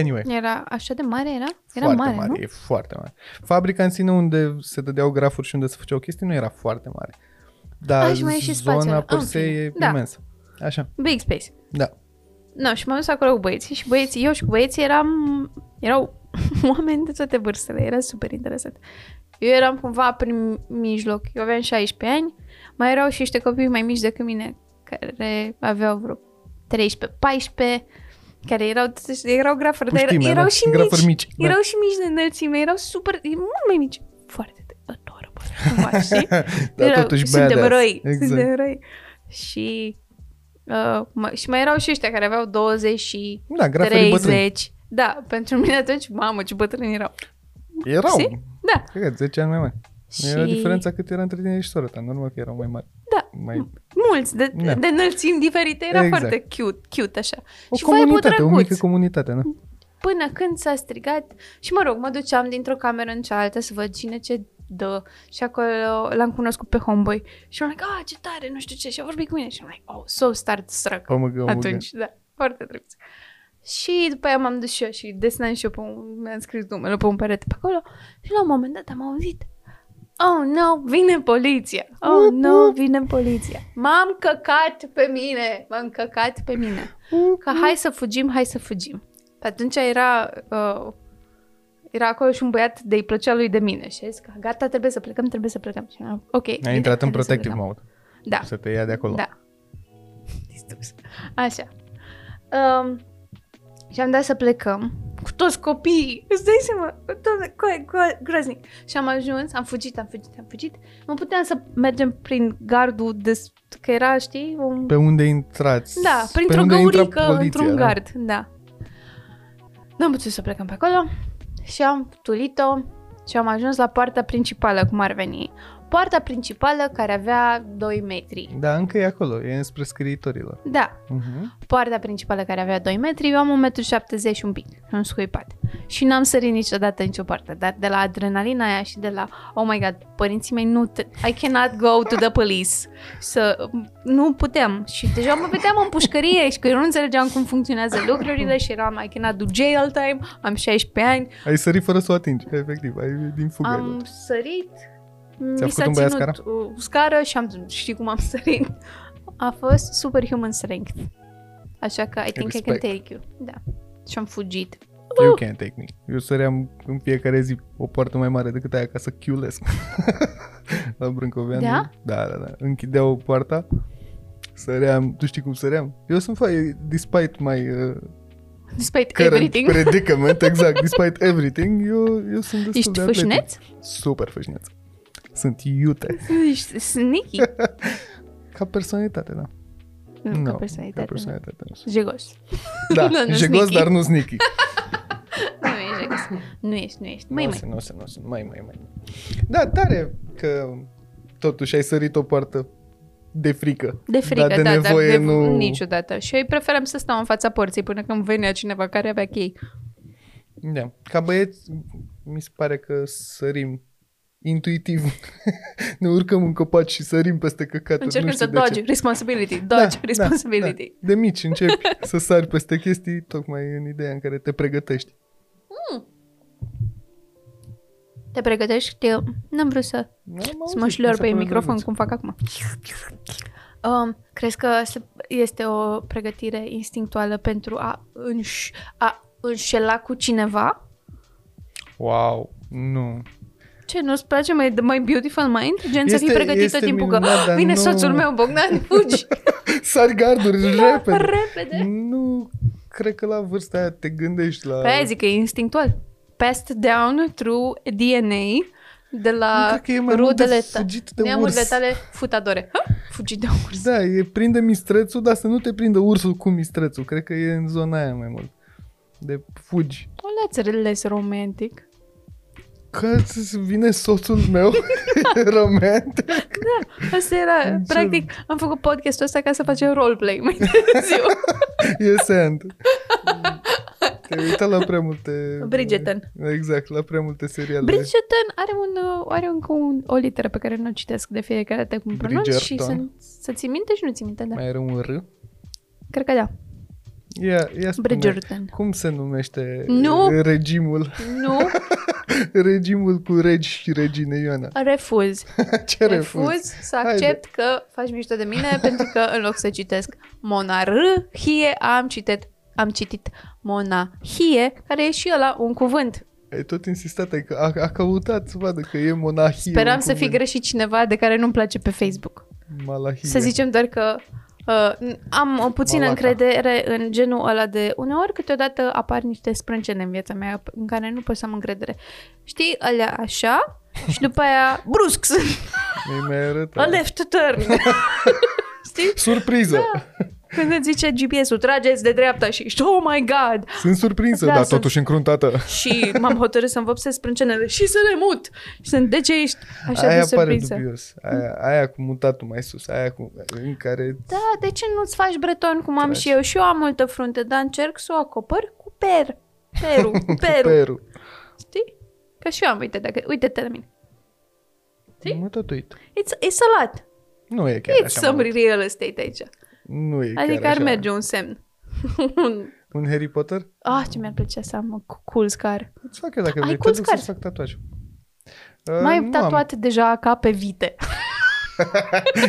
[SPEAKER 1] Anyway.
[SPEAKER 2] Era așa de mare, era? Era
[SPEAKER 1] foarte
[SPEAKER 2] mare,
[SPEAKER 1] mare
[SPEAKER 2] nu?
[SPEAKER 1] e foarte mare. Fabrica în sine unde se dădeau grafuri și unde se făceau chestii nu era foarte mare. Dar
[SPEAKER 2] Ah, și mai e și
[SPEAKER 1] zona
[SPEAKER 2] spațiul.
[SPEAKER 1] per
[SPEAKER 2] În
[SPEAKER 1] se
[SPEAKER 2] fine.
[SPEAKER 1] e
[SPEAKER 2] Da.
[SPEAKER 1] imensă. Așa,
[SPEAKER 2] Big space.
[SPEAKER 1] da.
[SPEAKER 2] No, și m-am dus acolo cu băieții și băieții, eu și cu băieții eram, erau <laughs> oameni de toate vârstele, era super interesant. Eu eram cumva prin mijloc, eu aveam 16 ani, mai erau și niște copii mai mici decât mine, care aveau vreo 13-14, care erau, erau grafări, dar
[SPEAKER 1] Puștime,
[SPEAKER 2] erau, erau
[SPEAKER 1] da.
[SPEAKER 2] și mici.
[SPEAKER 1] Grafări mici. da.
[SPEAKER 2] Erau și mici de înălțime, erau super, e mult mai mici. Foarte de adorable,
[SPEAKER 1] <laughs>
[SPEAKER 2] cumva, știi?
[SPEAKER 1] <laughs> Dar
[SPEAKER 2] erau,
[SPEAKER 1] totuși
[SPEAKER 2] suntem
[SPEAKER 1] badass.
[SPEAKER 2] răi,
[SPEAKER 1] Exact.
[SPEAKER 2] suntem răi. Și, uh, mă, și mai erau și ăștia care aveau 20 și
[SPEAKER 1] Da, grafării
[SPEAKER 2] 30.
[SPEAKER 1] bătrâni.
[SPEAKER 2] Da, pentru mine atunci, mamă, ce bătrâni erau.
[SPEAKER 1] Erau.
[SPEAKER 2] Si? Da.
[SPEAKER 1] Cred că 10 ani mai mari. Și... Era
[SPEAKER 2] și
[SPEAKER 1] diferența cât era între tine și sora ta. Normal că erau mai mari.
[SPEAKER 2] Da.
[SPEAKER 1] Mai...
[SPEAKER 2] mulți, de,
[SPEAKER 1] Da.
[SPEAKER 2] de înălțimi diferite, era
[SPEAKER 1] Exact.
[SPEAKER 2] exact. foarte cute, cute așa.
[SPEAKER 1] O
[SPEAKER 2] și vai, bă,
[SPEAKER 1] comunitate, o
[SPEAKER 2] drăguț.
[SPEAKER 1] mică comunitate, nu?
[SPEAKER 2] până când s-a strigat și mă rog, mă duceam dintr-o cameră în cealaltă să văd cine ce dă și acolo l-am cunoscut pe homeboy și am like, a, ce tare, nu știu ce și a vorbit cu mine și am like, oh, so start srăc
[SPEAKER 1] Omugă, omugă.
[SPEAKER 2] atunci, da, foarte drăguț. Și după aia m-am dus și eu și desenam și eu, pe un, mi-am scris numele pe un perete pe acolo și la un moment dat am auzit Oh no, vine poliția! Oh no, vine poliția! M-am căcat pe mine! M-am căcat pe mine! Că hai să fugim, hai să fugim. Pe atunci era, uh, era acolo și un băiat de-i plăcea lui de mine și a zis că gata, trebuie să plecăm, trebuie să plecăm. Și am ok. bine,
[SPEAKER 1] Ai intrat în
[SPEAKER 2] trebuie să
[SPEAKER 1] protective
[SPEAKER 2] plecăm.
[SPEAKER 1] mode.
[SPEAKER 2] Da.
[SPEAKER 1] Să te ia de acolo.
[SPEAKER 2] Da. <laughs> Distrus. Așa. Um, și am dat să plecăm cu toți copiii. Îți dai seama? Cu toți- gro- gro- Groaznic. Și am ajuns, am fugit, am fugit, am fugit. Nu puteam să mergem prin gardul de... Că era, știi, un...
[SPEAKER 1] Pe unde intrați?
[SPEAKER 2] Da, printr-o
[SPEAKER 1] unde intră
[SPEAKER 2] găurică,
[SPEAKER 1] poliția,
[SPEAKER 2] într-un
[SPEAKER 1] da?
[SPEAKER 2] gard, da. N-am putut să plecăm pe acolo și am tulit-o și am ajuns la poarta principală, cum ar veni. Poarta principală care avea 2 metri.
[SPEAKER 1] Da, încă e acolo, e înspre scriitorilor.
[SPEAKER 2] Da,
[SPEAKER 1] Uh-huh.
[SPEAKER 2] poarta principală care avea 2 metri, eu am 1,70 m și un pic, un scuipat. Și n-am sărit niciodată nicio parte, dar de la adrenalina aia și de la, oh my god, părinții mei nu, te- I cannot go to the police. Să, nu putem. Și deja mă vedeam în pușcărie și că eu nu înțelegeam cum funcționează lucrurile și eram, I cannot do jail time, am 16 ani,
[SPEAKER 1] Ai sărit fără să o atingi, efectiv, ai din fugă. ai
[SPEAKER 2] am
[SPEAKER 1] dat.
[SPEAKER 2] sărit,
[SPEAKER 1] Ți-a
[SPEAKER 2] mi
[SPEAKER 1] făcut
[SPEAKER 2] s-a
[SPEAKER 1] un băiat
[SPEAKER 2] ținut scara? scară și am știi cum am <laughs> sărit. A fost superhuman strength. Așa că I think I
[SPEAKER 1] Respect.
[SPEAKER 2] can take you. Da. Și am fugit.
[SPEAKER 1] You can't take me. Eu săream în fiecare zi o poartă mai mare decât aia ca să chiulesc. <laughs> La Brâncoveanu.
[SPEAKER 2] Da?
[SPEAKER 1] Da, da, da. Închideau poarta, săream, tu știi cum săream? Eu sunt fai, despite my uh,
[SPEAKER 2] Despite
[SPEAKER 1] current
[SPEAKER 2] everything. <laughs>
[SPEAKER 1] predicament, exact, despite everything, eu, eu sunt destul
[SPEAKER 2] Ești
[SPEAKER 1] de atletic.
[SPEAKER 2] fâșneț?
[SPEAKER 1] Super fâșneț. Sunt iute. <laughs>
[SPEAKER 2] Ești sneaky.
[SPEAKER 1] Ca personalitate, da.
[SPEAKER 2] Nu,
[SPEAKER 1] Nu,
[SPEAKER 2] ca
[SPEAKER 1] Ca
[SPEAKER 2] personalitate.
[SPEAKER 1] personalitate. nu sunt.
[SPEAKER 2] Jegos. <laughs>
[SPEAKER 1] Da,
[SPEAKER 2] Nu, nu,
[SPEAKER 1] jegos,
[SPEAKER 2] sneaky.
[SPEAKER 1] dar nu sneaky.
[SPEAKER 2] Nu ești jegos. Nu ești, nu ești. Mai,
[SPEAKER 1] Nu
[SPEAKER 2] mai.
[SPEAKER 1] se, nu se, nu se, mai, mai, mai. Da, tare că totuși ai sărit o poartă de frică.
[SPEAKER 2] De frică,
[SPEAKER 1] dar
[SPEAKER 2] da,
[SPEAKER 1] de
[SPEAKER 2] da
[SPEAKER 1] nevoie
[SPEAKER 2] dar de,
[SPEAKER 1] nu...
[SPEAKER 2] niciodată. Și eu îi preferam să stau în fața porții până când venea cineva care avea chei.
[SPEAKER 1] Da. Ca băieți, mi se pare că sărim intuitiv. <laughs> ne urcăm în copaci și sărim peste căcaturi. nu
[SPEAKER 2] Încercând să
[SPEAKER 1] știu de ce.
[SPEAKER 2] dodge responsibility, dodge responsibility.
[SPEAKER 1] Da, da. De mici
[SPEAKER 2] <laughs>
[SPEAKER 1] începi să sari peste chestii, tocmai în ideea în care te pregătești.
[SPEAKER 2] Hmm. Te pregătești? Eu N-am vrut să
[SPEAKER 1] Am
[SPEAKER 2] Să
[SPEAKER 1] auzit,
[SPEAKER 2] mă
[SPEAKER 1] mi
[SPEAKER 2] șlior
[SPEAKER 1] se
[SPEAKER 2] pe
[SPEAKER 1] pare
[SPEAKER 2] microfon
[SPEAKER 1] drăguț.
[SPEAKER 2] cum fac acum. Um, crezi că se- este o pregătire instinctuală pentru a, înș- a înșela cu cineva?
[SPEAKER 1] Wow, nu.
[SPEAKER 2] Ce, nu-ți place mai, mai beautiful mind? Gen să fii
[SPEAKER 1] Este-
[SPEAKER 2] pregătit tot
[SPEAKER 1] este
[SPEAKER 2] timpul că
[SPEAKER 1] minunat, dar
[SPEAKER 2] vine
[SPEAKER 1] nu-
[SPEAKER 2] soțul meu, Bogdan, fugi!
[SPEAKER 1] <laughs> Sari garduri, <laughs> repede.
[SPEAKER 2] repede.
[SPEAKER 1] Nu cred că la vârsta aia te gândești la...
[SPEAKER 2] Pe aia zic că e instinctual. Passed down through DNA de
[SPEAKER 1] Nu
[SPEAKER 2] la
[SPEAKER 1] cred că e mai mult de
[SPEAKER 2] rudele ta-
[SPEAKER 1] fugit de
[SPEAKER 2] neamurile
[SPEAKER 1] urs.
[SPEAKER 2] tale futadore. Ha? Fugit de urs.
[SPEAKER 1] Da, e prinde mistrețul, dar să nu te prindă ursul cu mistrețul. Cred că e în zona aia mai mult. De fugi.
[SPEAKER 2] O let's less romantic.
[SPEAKER 1] Că îți vine soțul
[SPEAKER 2] <laughs>
[SPEAKER 1] meu, romantic.
[SPEAKER 2] Da, Asta era,
[SPEAKER 1] Înțeleg.
[SPEAKER 2] practic, am făcut podcastul ăsta ca să facem roleplay <laughs> mai târziu.
[SPEAKER 1] E sand. Te uita la prea multe...
[SPEAKER 2] Bridgerton.
[SPEAKER 1] Exact, la prea multe seriale.
[SPEAKER 2] Bridgerton are, un, uh, are încă un, o literă pe care nu o citesc de fiecare dată cum pronunț și să,
[SPEAKER 1] Bridgerton.
[SPEAKER 2] să ți minte și nu ți minte, da.
[SPEAKER 1] Mai era un R?
[SPEAKER 2] Cred că da.
[SPEAKER 1] Ia, ia spune,
[SPEAKER 2] Bridgerton.
[SPEAKER 1] Cum se numește
[SPEAKER 2] Nu.
[SPEAKER 1] regimul?
[SPEAKER 2] Nu,
[SPEAKER 1] Regimul cu regi și regine Ioana. <laughs>
[SPEAKER 2] refuz.
[SPEAKER 1] Ce refuz?
[SPEAKER 2] Refuz să
[SPEAKER 1] Haide.
[SPEAKER 2] accept că faci mișto de <laughs> mine pentru că în loc să citesc monarhie, am citit am citit monahie, care e și ăla un cuvânt.
[SPEAKER 1] Ai tot insistat, ai că a, a căutat să vadă că e monahie.
[SPEAKER 2] Speram
[SPEAKER 1] un
[SPEAKER 2] să fi
[SPEAKER 1] cuvânt.
[SPEAKER 2] greșit cineva de care nu-mi place pe Facebook.
[SPEAKER 1] Malahie.
[SPEAKER 2] Să zicem doar că uh, am o puțină
[SPEAKER 1] Malaca.
[SPEAKER 2] încredere în genul ăla de uneori câteodată apar niște sprâncene în viața mea în care nu pot să am încredere. Știi, alea <laughs> așa și după aia brusc sunt
[SPEAKER 1] Mi-ai mai
[SPEAKER 2] <laughs> a
[SPEAKER 1] arătat.
[SPEAKER 2] left turn. Știi?
[SPEAKER 1] Surpriză!
[SPEAKER 2] Da. Când îți zice GPS-ul, trageți de dreapta și ești, oh my god!
[SPEAKER 1] Sunt surprinsă,
[SPEAKER 2] Da,
[SPEAKER 1] dar
[SPEAKER 2] sunt-
[SPEAKER 1] totuși încruntată.
[SPEAKER 2] Și m-am hotărât să-mi vopsesc sprâncenele și să le mut! Și sunt, de ce ești așa
[SPEAKER 1] aia
[SPEAKER 2] de
[SPEAKER 1] pare
[SPEAKER 2] surprinsă?
[SPEAKER 1] dubios. Aia, aia cu mutatul mai sus, aia cu, în care...
[SPEAKER 2] Da, de ce nu-ți faci breton cum am
[SPEAKER 1] Tragi.
[SPEAKER 2] și eu? Și eu am multă frunte, dar încerc să o acopăr cu per.
[SPEAKER 1] <laughs>
[SPEAKER 2] Peru, Peru, Peru.
[SPEAKER 1] Peru.
[SPEAKER 2] știi? Că și eu am uitat, dacă, uite-te la mine. Știi?
[SPEAKER 1] Mă tot uit.
[SPEAKER 2] It's, it's a lot.
[SPEAKER 1] Nu e chiar
[SPEAKER 2] It's
[SPEAKER 1] așa.
[SPEAKER 2] some
[SPEAKER 1] mă uit.
[SPEAKER 2] real estate aici.
[SPEAKER 1] Nu e
[SPEAKER 2] Adică
[SPEAKER 1] chiar
[SPEAKER 2] ar
[SPEAKER 1] așa.
[SPEAKER 2] merge un semn. <laughs> Un-
[SPEAKER 1] Un Harry Potter?
[SPEAKER 2] Ah, ce mi-ar plăcea să am cu- cool scar.
[SPEAKER 1] Îți fac eu dacă
[SPEAKER 2] Ai
[SPEAKER 1] vrei. Te
[SPEAKER 2] cum
[SPEAKER 1] duc
[SPEAKER 2] scar?
[SPEAKER 1] să-ți fac tatuaj. Uh,
[SPEAKER 2] Mai
[SPEAKER 1] nu
[SPEAKER 2] am tatuat deja ca pe vite.
[SPEAKER 1] Am.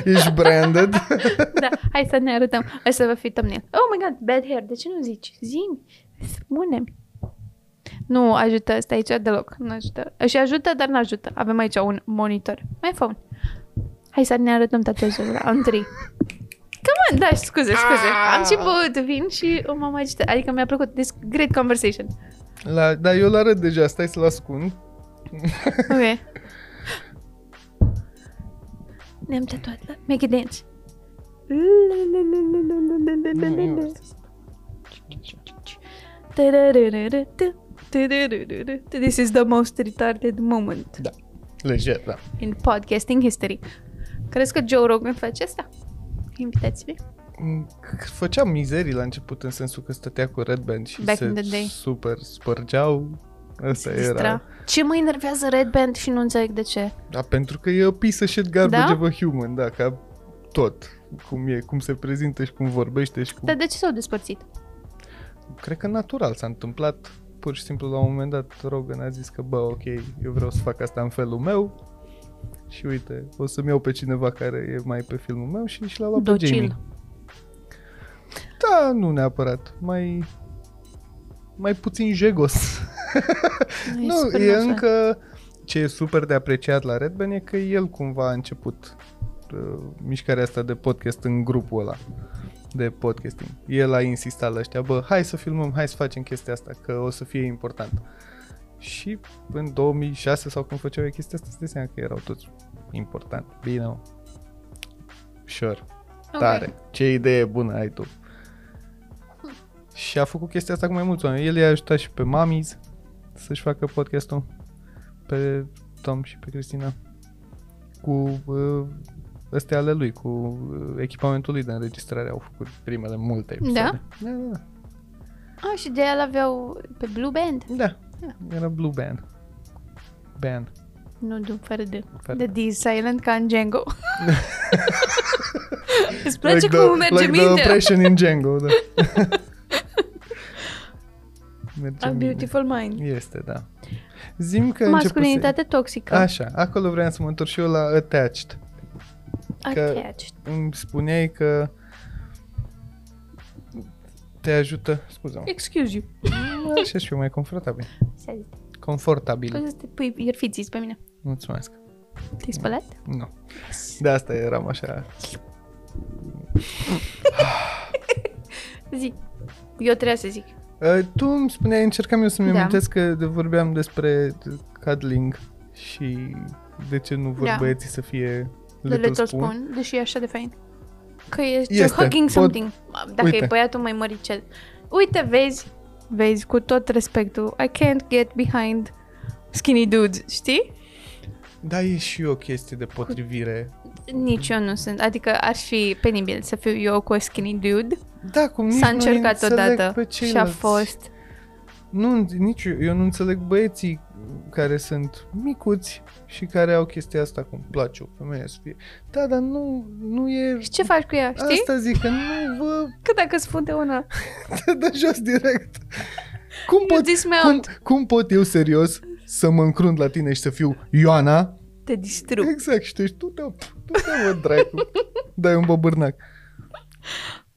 [SPEAKER 1] Ești branded. <laughs>
[SPEAKER 2] da, hai să ne arătăm. Hai să vă fi thumbnail. Oh my god, bad hair. De ce nu zici? Zim, spune Nu ajută asta aici deloc. Nu ajută. Și ajută, dar nu ajută. Avem aici un monitor. Mai fă un. Hai să ne arătăm tatuajul la on three. Come on, da, scuze, scuze. Am și băut vin și m-am agitat. Adică mi-a plăcut. This great conversation.
[SPEAKER 1] La, da, eu l-arăt deja. Stai să-l ascund.
[SPEAKER 2] Ok. Ne-am tatuat la Make it dance.
[SPEAKER 1] Nu, eu asta.
[SPEAKER 2] This is the most retarded moment
[SPEAKER 1] Da. Leger, da.
[SPEAKER 2] in podcasting history. Crezi că Joe Rogan face asta? Invitați-mi.
[SPEAKER 1] Mm, C- Făceam mizerii la început în sensul că stătea cu Red Band și
[SPEAKER 2] Back
[SPEAKER 1] se
[SPEAKER 2] in the day.
[SPEAKER 1] super spărgeau. Asta
[SPEAKER 2] Distra.
[SPEAKER 1] Păi era.
[SPEAKER 2] Ce mă enervează Red Band și nu înțeleg de ce.
[SPEAKER 1] Da, pentru că e a piece of shit garbage
[SPEAKER 2] Da?
[SPEAKER 1] of a human, da, ca tot. Cum e, cum se prezintă și cum vorbește și cum...
[SPEAKER 2] Dar de ce s-au despărțit?
[SPEAKER 1] Cred că natural s-a întâmplat. Pur și simplu, la un moment dat, Rogan a zis că, bă, ok, eu vreau să fac asta în felul meu. Și uite, o să-mi iau pe cineva care e mai pe filmul meu și, și l-a luat
[SPEAKER 2] Docil.
[SPEAKER 1] pe Jamie. Da, nu neapărat. Mai, mai puțin jegos.
[SPEAKER 2] Nu,
[SPEAKER 1] nu,
[SPEAKER 2] super
[SPEAKER 1] e
[SPEAKER 2] nașpa.
[SPEAKER 1] încă ce e super de apreciat la Redban e că el cumva a început uh, mișcarea asta de podcast în grupul ăla de podcasting. El a insistat la ăștia, bă, hai să filmăm, hai să facem chestia asta, că o să fie important. Și în 2006 sau când făceau ei chestia asta, îți dai seama că erau toți important. Bine, mă. Sure.
[SPEAKER 2] Ok.
[SPEAKER 1] Tare. Ce idee bună ai
[SPEAKER 2] <laughs>
[SPEAKER 1] tu. Și a făcut chestia asta cu mai mulți oameni. El i-a ajutat și pe Mamis să-și facă podcastul. Pe Tom și pe Cristina. Cu uh, ăstea ale lui, cu uh, echipamentul lui de înregistrare au făcut primele multe episoade.
[SPEAKER 2] Da?
[SPEAKER 1] Da, da, da.
[SPEAKER 2] Ah, și de el aveau pe Blue Band.
[SPEAKER 1] da. Era Blue Band. Band.
[SPEAKER 2] Nu, du, fără de.
[SPEAKER 1] Fără
[SPEAKER 2] de D, silent ca
[SPEAKER 1] <laughs>
[SPEAKER 2] în Django. Îți place
[SPEAKER 1] Like
[SPEAKER 2] like
[SPEAKER 1] the,
[SPEAKER 2] cum merge
[SPEAKER 1] like
[SPEAKER 2] mintea?
[SPEAKER 1] the oppression in Django,
[SPEAKER 2] <laughs>
[SPEAKER 1] da. merge
[SPEAKER 2] A
[SPEAKER 1] bine.
[SPEAKER 2] beautiful mind.
[SPEAKER 1] Este, da. Zim că
[SPEAKER 2] Masculinitate toxică.
[SPEAKER 1] începuse... Așa, acolo vreau să mă întorc și eu la attached. că-
[SPEAKER 2] Attached.
[SPEAKER 1] Îmi spuneai că te ajută,
[SPEAKER 2] <laughs>
[SPEAKER 1] scuze mă
[SPEAKER 2] Excuse you.
[SPEAKER 1] așa și eu mai confortabil.
[SPEAKER 2] S-a zis.
[SPEAKER 1] Confortabil.
[SPEAKER 2] Poți să te pui ierfiții pe mine.
[SPEAKER 1] Mulțumesc.
[SPEAKER 2] Te-ai spălat?
[SPEAKER 1] Nu. De asta eram așa.
[SPEAKER 2] Zi. Eu trebuia să zic.
[SPEAKER 1] Uh, Tu îmi spuneai, încercam eu să-mi
[SPEAKER 2] Da.
[SPEAKER 1] amintesc că de- vorbeam despre cuddling și de ce nu vor
[SPEAKER 2] Da.
[SPEAKER 1] băieții să fie
[SPEAKER 2] Le
[SPEAKER 1] little,
[SPEAKER 2] le
[SPEAKER 1] spoon.
[SPEAKER 2] spun, deși e așa de fain. Că este,
[SPEAKER 1] Este.
[SPEAKER 2] hugging
[SPEAKER 1] Pot-
[SPEAKER 2] something. Dacă
[SPEAKER 1] Uite.
[SPEAKER 2] e băiatul mai măricel. Uite, vezi, vezi, cu tot respectul, I can't get behind skinny dudes, știi?
[SPEAKER 1] Da, e și o chestie de potrivire.
[SPEAKER 2] Nici eu nu sunt. Adică ar fi penibil să fiu eu cu skinny dude.
[SPEAKER 1] Da, cum nici
[SPEAKER 2] S-a
[SPEAKER 1] nu
[SPEAKER 2] încercat
[SPEAKER 1] înțeleg
[SPEAKER 2] odată
[SPEAKER 1] pe
[SPEAKER 2] și a
[SPEAKER 1] ceilalți.
[SPEAKER 2] fost.
[SPEAKER 1] Nu, nici eu, eu nu înțeleg băieții care sunt micuți și care au chestia asta cum place o femeie să fie. Da, dar nu, nu e...
[SPEAKER 2] Și ce faci cu ea, știi? Asta...
[SPEAKER 1] Asta zic că nu vă <laughs>
[SPEAKER 2] Că dacă îți funde una,
[SPEAKER 1] te dă jos direct. Cum
[SPEAKER 2] you
[SPEAKER 1] pot, cum,
[SPEAKER 2] dismount,
[SPEAKER 1] cum pot eu serios să mă încrunt la tine și să fiu Ioana?
[SPEAKER 2] te distrug.
[SPEAKER 1] Exact, și tu ești, tu te, tu te mă
[SPEAKER 2] <laughs>
[SPEAKER 1] dracu. Dai un băbârnac.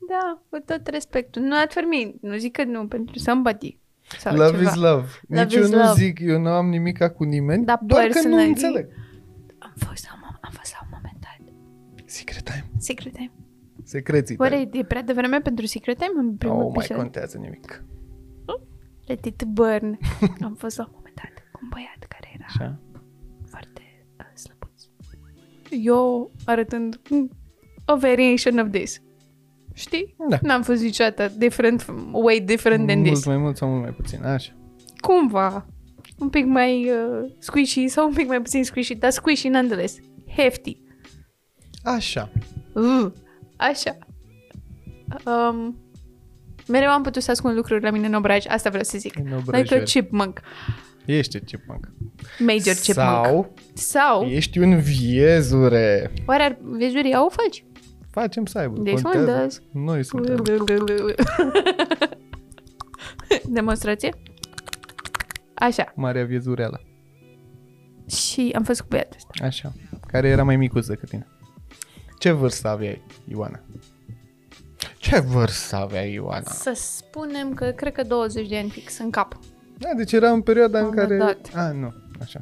[SPEAKER 2] Da, cu tot respectul. Nu for me, nu zic că nu, pentru somebody. Sau
[SPEAKER 1] Love
[SPEAKER 2] ceva.
[SPEAKER 1] is love.
[SPEAKER 2] Love
[SPEAKER 1] Nici eu
[SPEAKER 2] is
[SPEAKER 1] nu
[SPEAKER 2] love.
[SPEAKER 1] zic, eu nu am nimica cu nimeni,
[SPEAKER 2] Dar
[SPEAKER 1] doar că nu
[SPEAKER 2] personally-
[SPEAKER 1] înțeleg.
[SPEAKER 2] Am fost la un, am fost la un moment dat.
[SPEAKER 1] Secret time.
[SPEAKER 2] Secret time.
[SPEAKER 1] Secreții tale.
[SPEAKER 2] Oare e prea devreme pentru secret time în
[SPEAKER 1] Nu
[SPEAKER 2] primul
[SPEAKER 1] mai
[SPEAKER 2] episod?
[SPEAKER 1] contează nimic.
[SPEAKER 2] Let it burn. am fost la un moment dat cu un băiat care era
[SPEAKER 1] Așa.
[SPEAKER 2] foarte uh, slăbuț. Eu arătând mm, a variation of this. Știi?
[SPEAKER 1] Da.
[SPEAKER 2] N-am fost niciodată different, from- way different than
[SPEAKER 1] Mult
[SPEAKER 2] this.
[SPEAKER 1] mai mult sau mult mai puțin, așa.
[SPEAKER 2] Cumva. Un pic mai uh, squishy sau un pic mai puțin squishy, dar squishy nonetheless. Hefty.
[SPEAKER 1] Așa.
[SPEAKER 2] Uh, așa. Um, Mereu am putut să ascund lucruri la mine în obraj, asta vreau să zic.
[SPEAKER 1] În obrajori.
[SPEAKER 2] Like a chipmunk.
[SPEAKER 1] Ești chipmunk.
[SPEAKER 2] Major chipmunk. Oh.
[SPEAKER 1] Sau
[SPEAKER 2] Sau
[SPEAKER 1] ești un viezure.
[SPEAKER 2] oare ar viejuria o faci?
[SPEAKER 1] Facem să aibă.
[SPEAKER 2] This one
[SPEAKER 1] contează.
[SPEAKER 2] does.
[SPEAKER 1] Noi suntem.
[SPEAKER 2] Demonstrație? Așa.
[SPEAKER 1] Marea viezureală.
[SPEAKER 2] Și am fost cu băiatul ăsta.
[SPEAKER 1] Așa. Care era mai micuț decât tine. Ce vârstă aveai, Ioana? Ce vârstă aveai, Ioana?
[SPEAKER 2] Să spunem că cred că 20 de ani fix în cap.
[SPEAKER 1] Da, deci era în perioada în
[SPEAKER 2] Am
[SPEAKER 1] care...
[SPEAKER 2] dat.
[SPEAKER 1] A, nu, așa.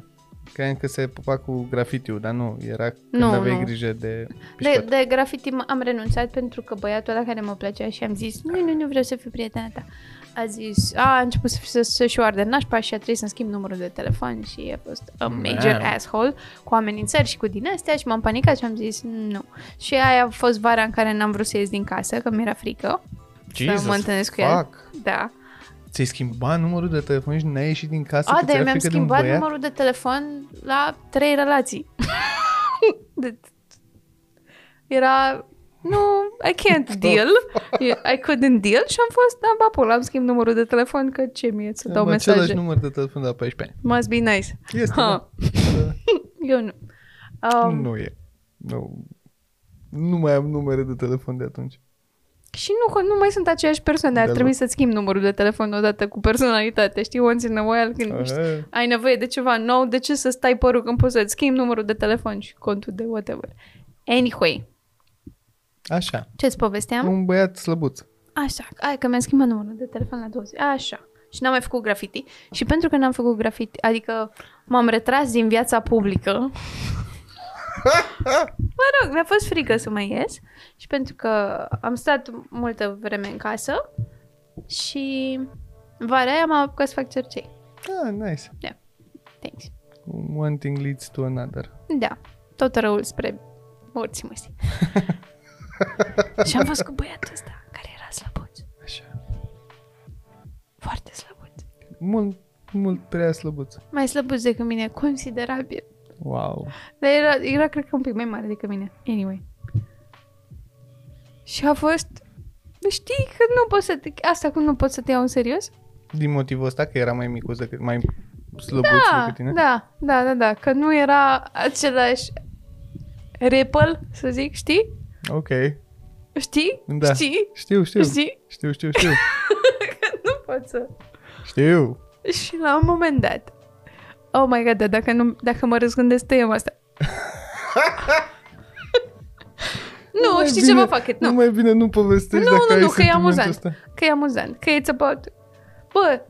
[SPEAKER 1] Cream că se pupa cu grafitiul, dar nu, era când
[SPEAKER 2] Nu,
[SPEAKER 1] aveai
[SPEAKER 2] nu.
[SPEAKER 1] grijă de
[SPEAKER 2] De,
[SPEAKER 1] pișcătul.
[SPEAKER 2] de graffiti m- am renunțat pentru că băiatul ăla care mă plăcea și am zis nu, nu, nu vreau să fiu prietena ta. A zis, a, a început să, să, să-și oarde nașpa și a trebuit să-mi schimb numărul de telefon și a fost a major
[SPEAKER 1] Man.
[SPEAKER 2] asshole cu amenințări și cu din astea și m-am panicat și am zis nu. Și aia a fost vara în care n-am vrut să ies din casă, că mi-era frică să mă întâlnesc cu el.
[SPEAKER 1] fuck.
[SPEAKER 2] Da.
[SPEAKER 1] Ți-ai schimbat numărul de telefon și n-ai ieșit din casă?
[SPEAKER 2] A,
[SPEAKER 1] că
[SPEAKER 2] de
[SPEAKER 1] ți-era
[SPEAKER 2] mi-am
[SPEAKER 1] frică de un
[SPEAKER 2] schimbat
[SPEAKER 1] băiat?
[SPEAKER 2] numărul de telefon la trei relații. <laughs> de... Era... Nu, I
[SPEAKER 1] <laughs>
[SPEAKER 2] can't deal. I couldn't deal și am fost, da, ba, pula, am schimb numărul de telefon, că ce mie să dau
[SPEAKER 1] Am același
[SPEAKER 2] mesaje.
[SPEAKER 1] număr de telefon de la 14
[SPEAKER 2] Must be nice. <laughs>
[SPEAKER 1] ani. Este,
[SPEAKER 2] Ha. Eu nu.
[SPEAKER 1] da.
[SPEAKER 2] Um,
[SPEAKER 1] Nu e. Nu. nu mai am numere de telefon de atunci.
[SPEAKER 2] Și nu, nu mai sunt aceeași persoană, ar
[SPEAKER 1] Deloc.
[SPEAKER 2] trebui să-ți schimb numărul de telefon odată cu personalitate, știi, once in a while, când ești
[SPEAKER 1] Aha.
[SPEAKER 2] ai nevoie de ceva nou, de ce să stai părul când poți să-ți schimbi numărul de telefon și contul de whatever. Anyway,
[SPEAKER 1] Așa.
[SPEAKER 2] ce-ți povesteam?
[SPEAKER 1] Un băiat slăbuț.
[SPEAKER 2] Așa, ai că mi-am schimbat numărul de telefon la 20. Așa. Și n-am mai făcut graffiti. Și pentru că n-am făcut graffiti, adică m-am retras din viața publică. mă rog, mi-a fost frică să mai ies. Și pentru că am stat multă vreme în casă și vara aia m-am apucat să fac cercei.
[SPEAKER 1] Ah, nice.
[SPEAKER 2] Thanks.
[SPEAKER 1] One thing leads to another.
[SPEAKER 2] Da, tot răul spre morții măsii. și am fost cu băiatul ăsta, care era slăbuț,
[SPEAKER 1] Așa.
[SPEAKER 2] foarte slăbuț.
[SPEAKER 1] Mult, mult prea slăbuț.
[SPEAKER 2] Mai slăbuț decât mine, considerabil.
[SPEAKER 1] Wow.
[SPEAKER 2] Dar era, era, cred că, un pic mai mare decât mine. Anyway. Și a fost... Știi că nu pot să te... Asta cum nu pot să te iau în serios?
[SPEAKER 1] Din motivul ăsta că era mai micuț decât mai slăbuț
[SPEAKER 2] Da,
[SPEAKER 1] decât tine?
[SPEAKER 2] da, da, da, da. Că nu era același repel, să zic, știi?
[SPEAKER 1] Ok.
[SPEAKER 2] Știi?
[SPEAKER 1] Da.
[SPEAKER 2] Știi?
[SPEAKER 1] Știu, știu.
[SPEAKER 2] Știi? <laughs>
[SPEAKER 1] Știu, știu, știu.
[SPEAKER 2] Că nu pot să...
[SPEAKER 1] știu.
[SPEAKER 2] Și la un moment dat Oh my god, da, dacă, nu, dacă mă răzgândesc,
[SPEAKER 1] <laughs>
[SPEAKER 2] tăiem asta Nu,
[SPEAKER 1] mai
[SPEAKER 2] știi
[SPEAKER 1] bine-
[SPEAKER 2] ce mă fac? Nu,
[SPEAKER 1] Nu mai bine nu povestești
[SPEAKER 2] Nu,
[SPEAKER 1] dacă
[SPEAKER 2] nu,
[SPEAKER 1] ai
[SPEAKER 2] nu, că e
[SPEAKER 1] sentimentul
[SPEAKER 2] amuzant.
[SPEAKER 1] Ăsta.
[SPEAKER 2] că e amuzant, că it's about... Bă,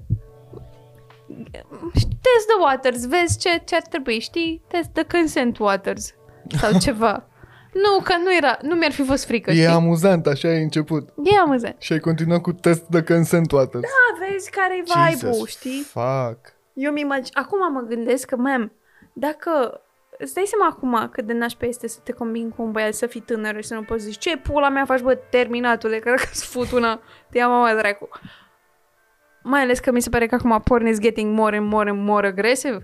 [SPEAKER 2] test the waters, vezi ce, ce ar trebui, știi? Test the consent waters
[SPEAKER 1] <laughs>
[SPEAKER 2] sau ceva. nu, că nu era, nu mi-ar fi fost frică, știi?
[SPEAKER 1] E amuzant, așa ai început.
[SPEAKER 2] e amuzant.
[SPEAKER 1] Și ai continuat cu test de consent toată.
[SPEAKER 2] Da, vezi care-i vibe-ul, știi?
[SPEAKER 1] Fuck.
[SPEAKER 2] Eu mi imagine... Acum mă gândesc că, mam, dacă... Îți dai seama acum cât de nașpa este să te combini cu un băiat, să fii tânăr și să nu poți zici ce pula mea faci, bă, terminatule, <laughs> că dacă îți fut una, te ia mama dracu. Mai ales că mi se pare că acum porn is getting more and more and more aggressive.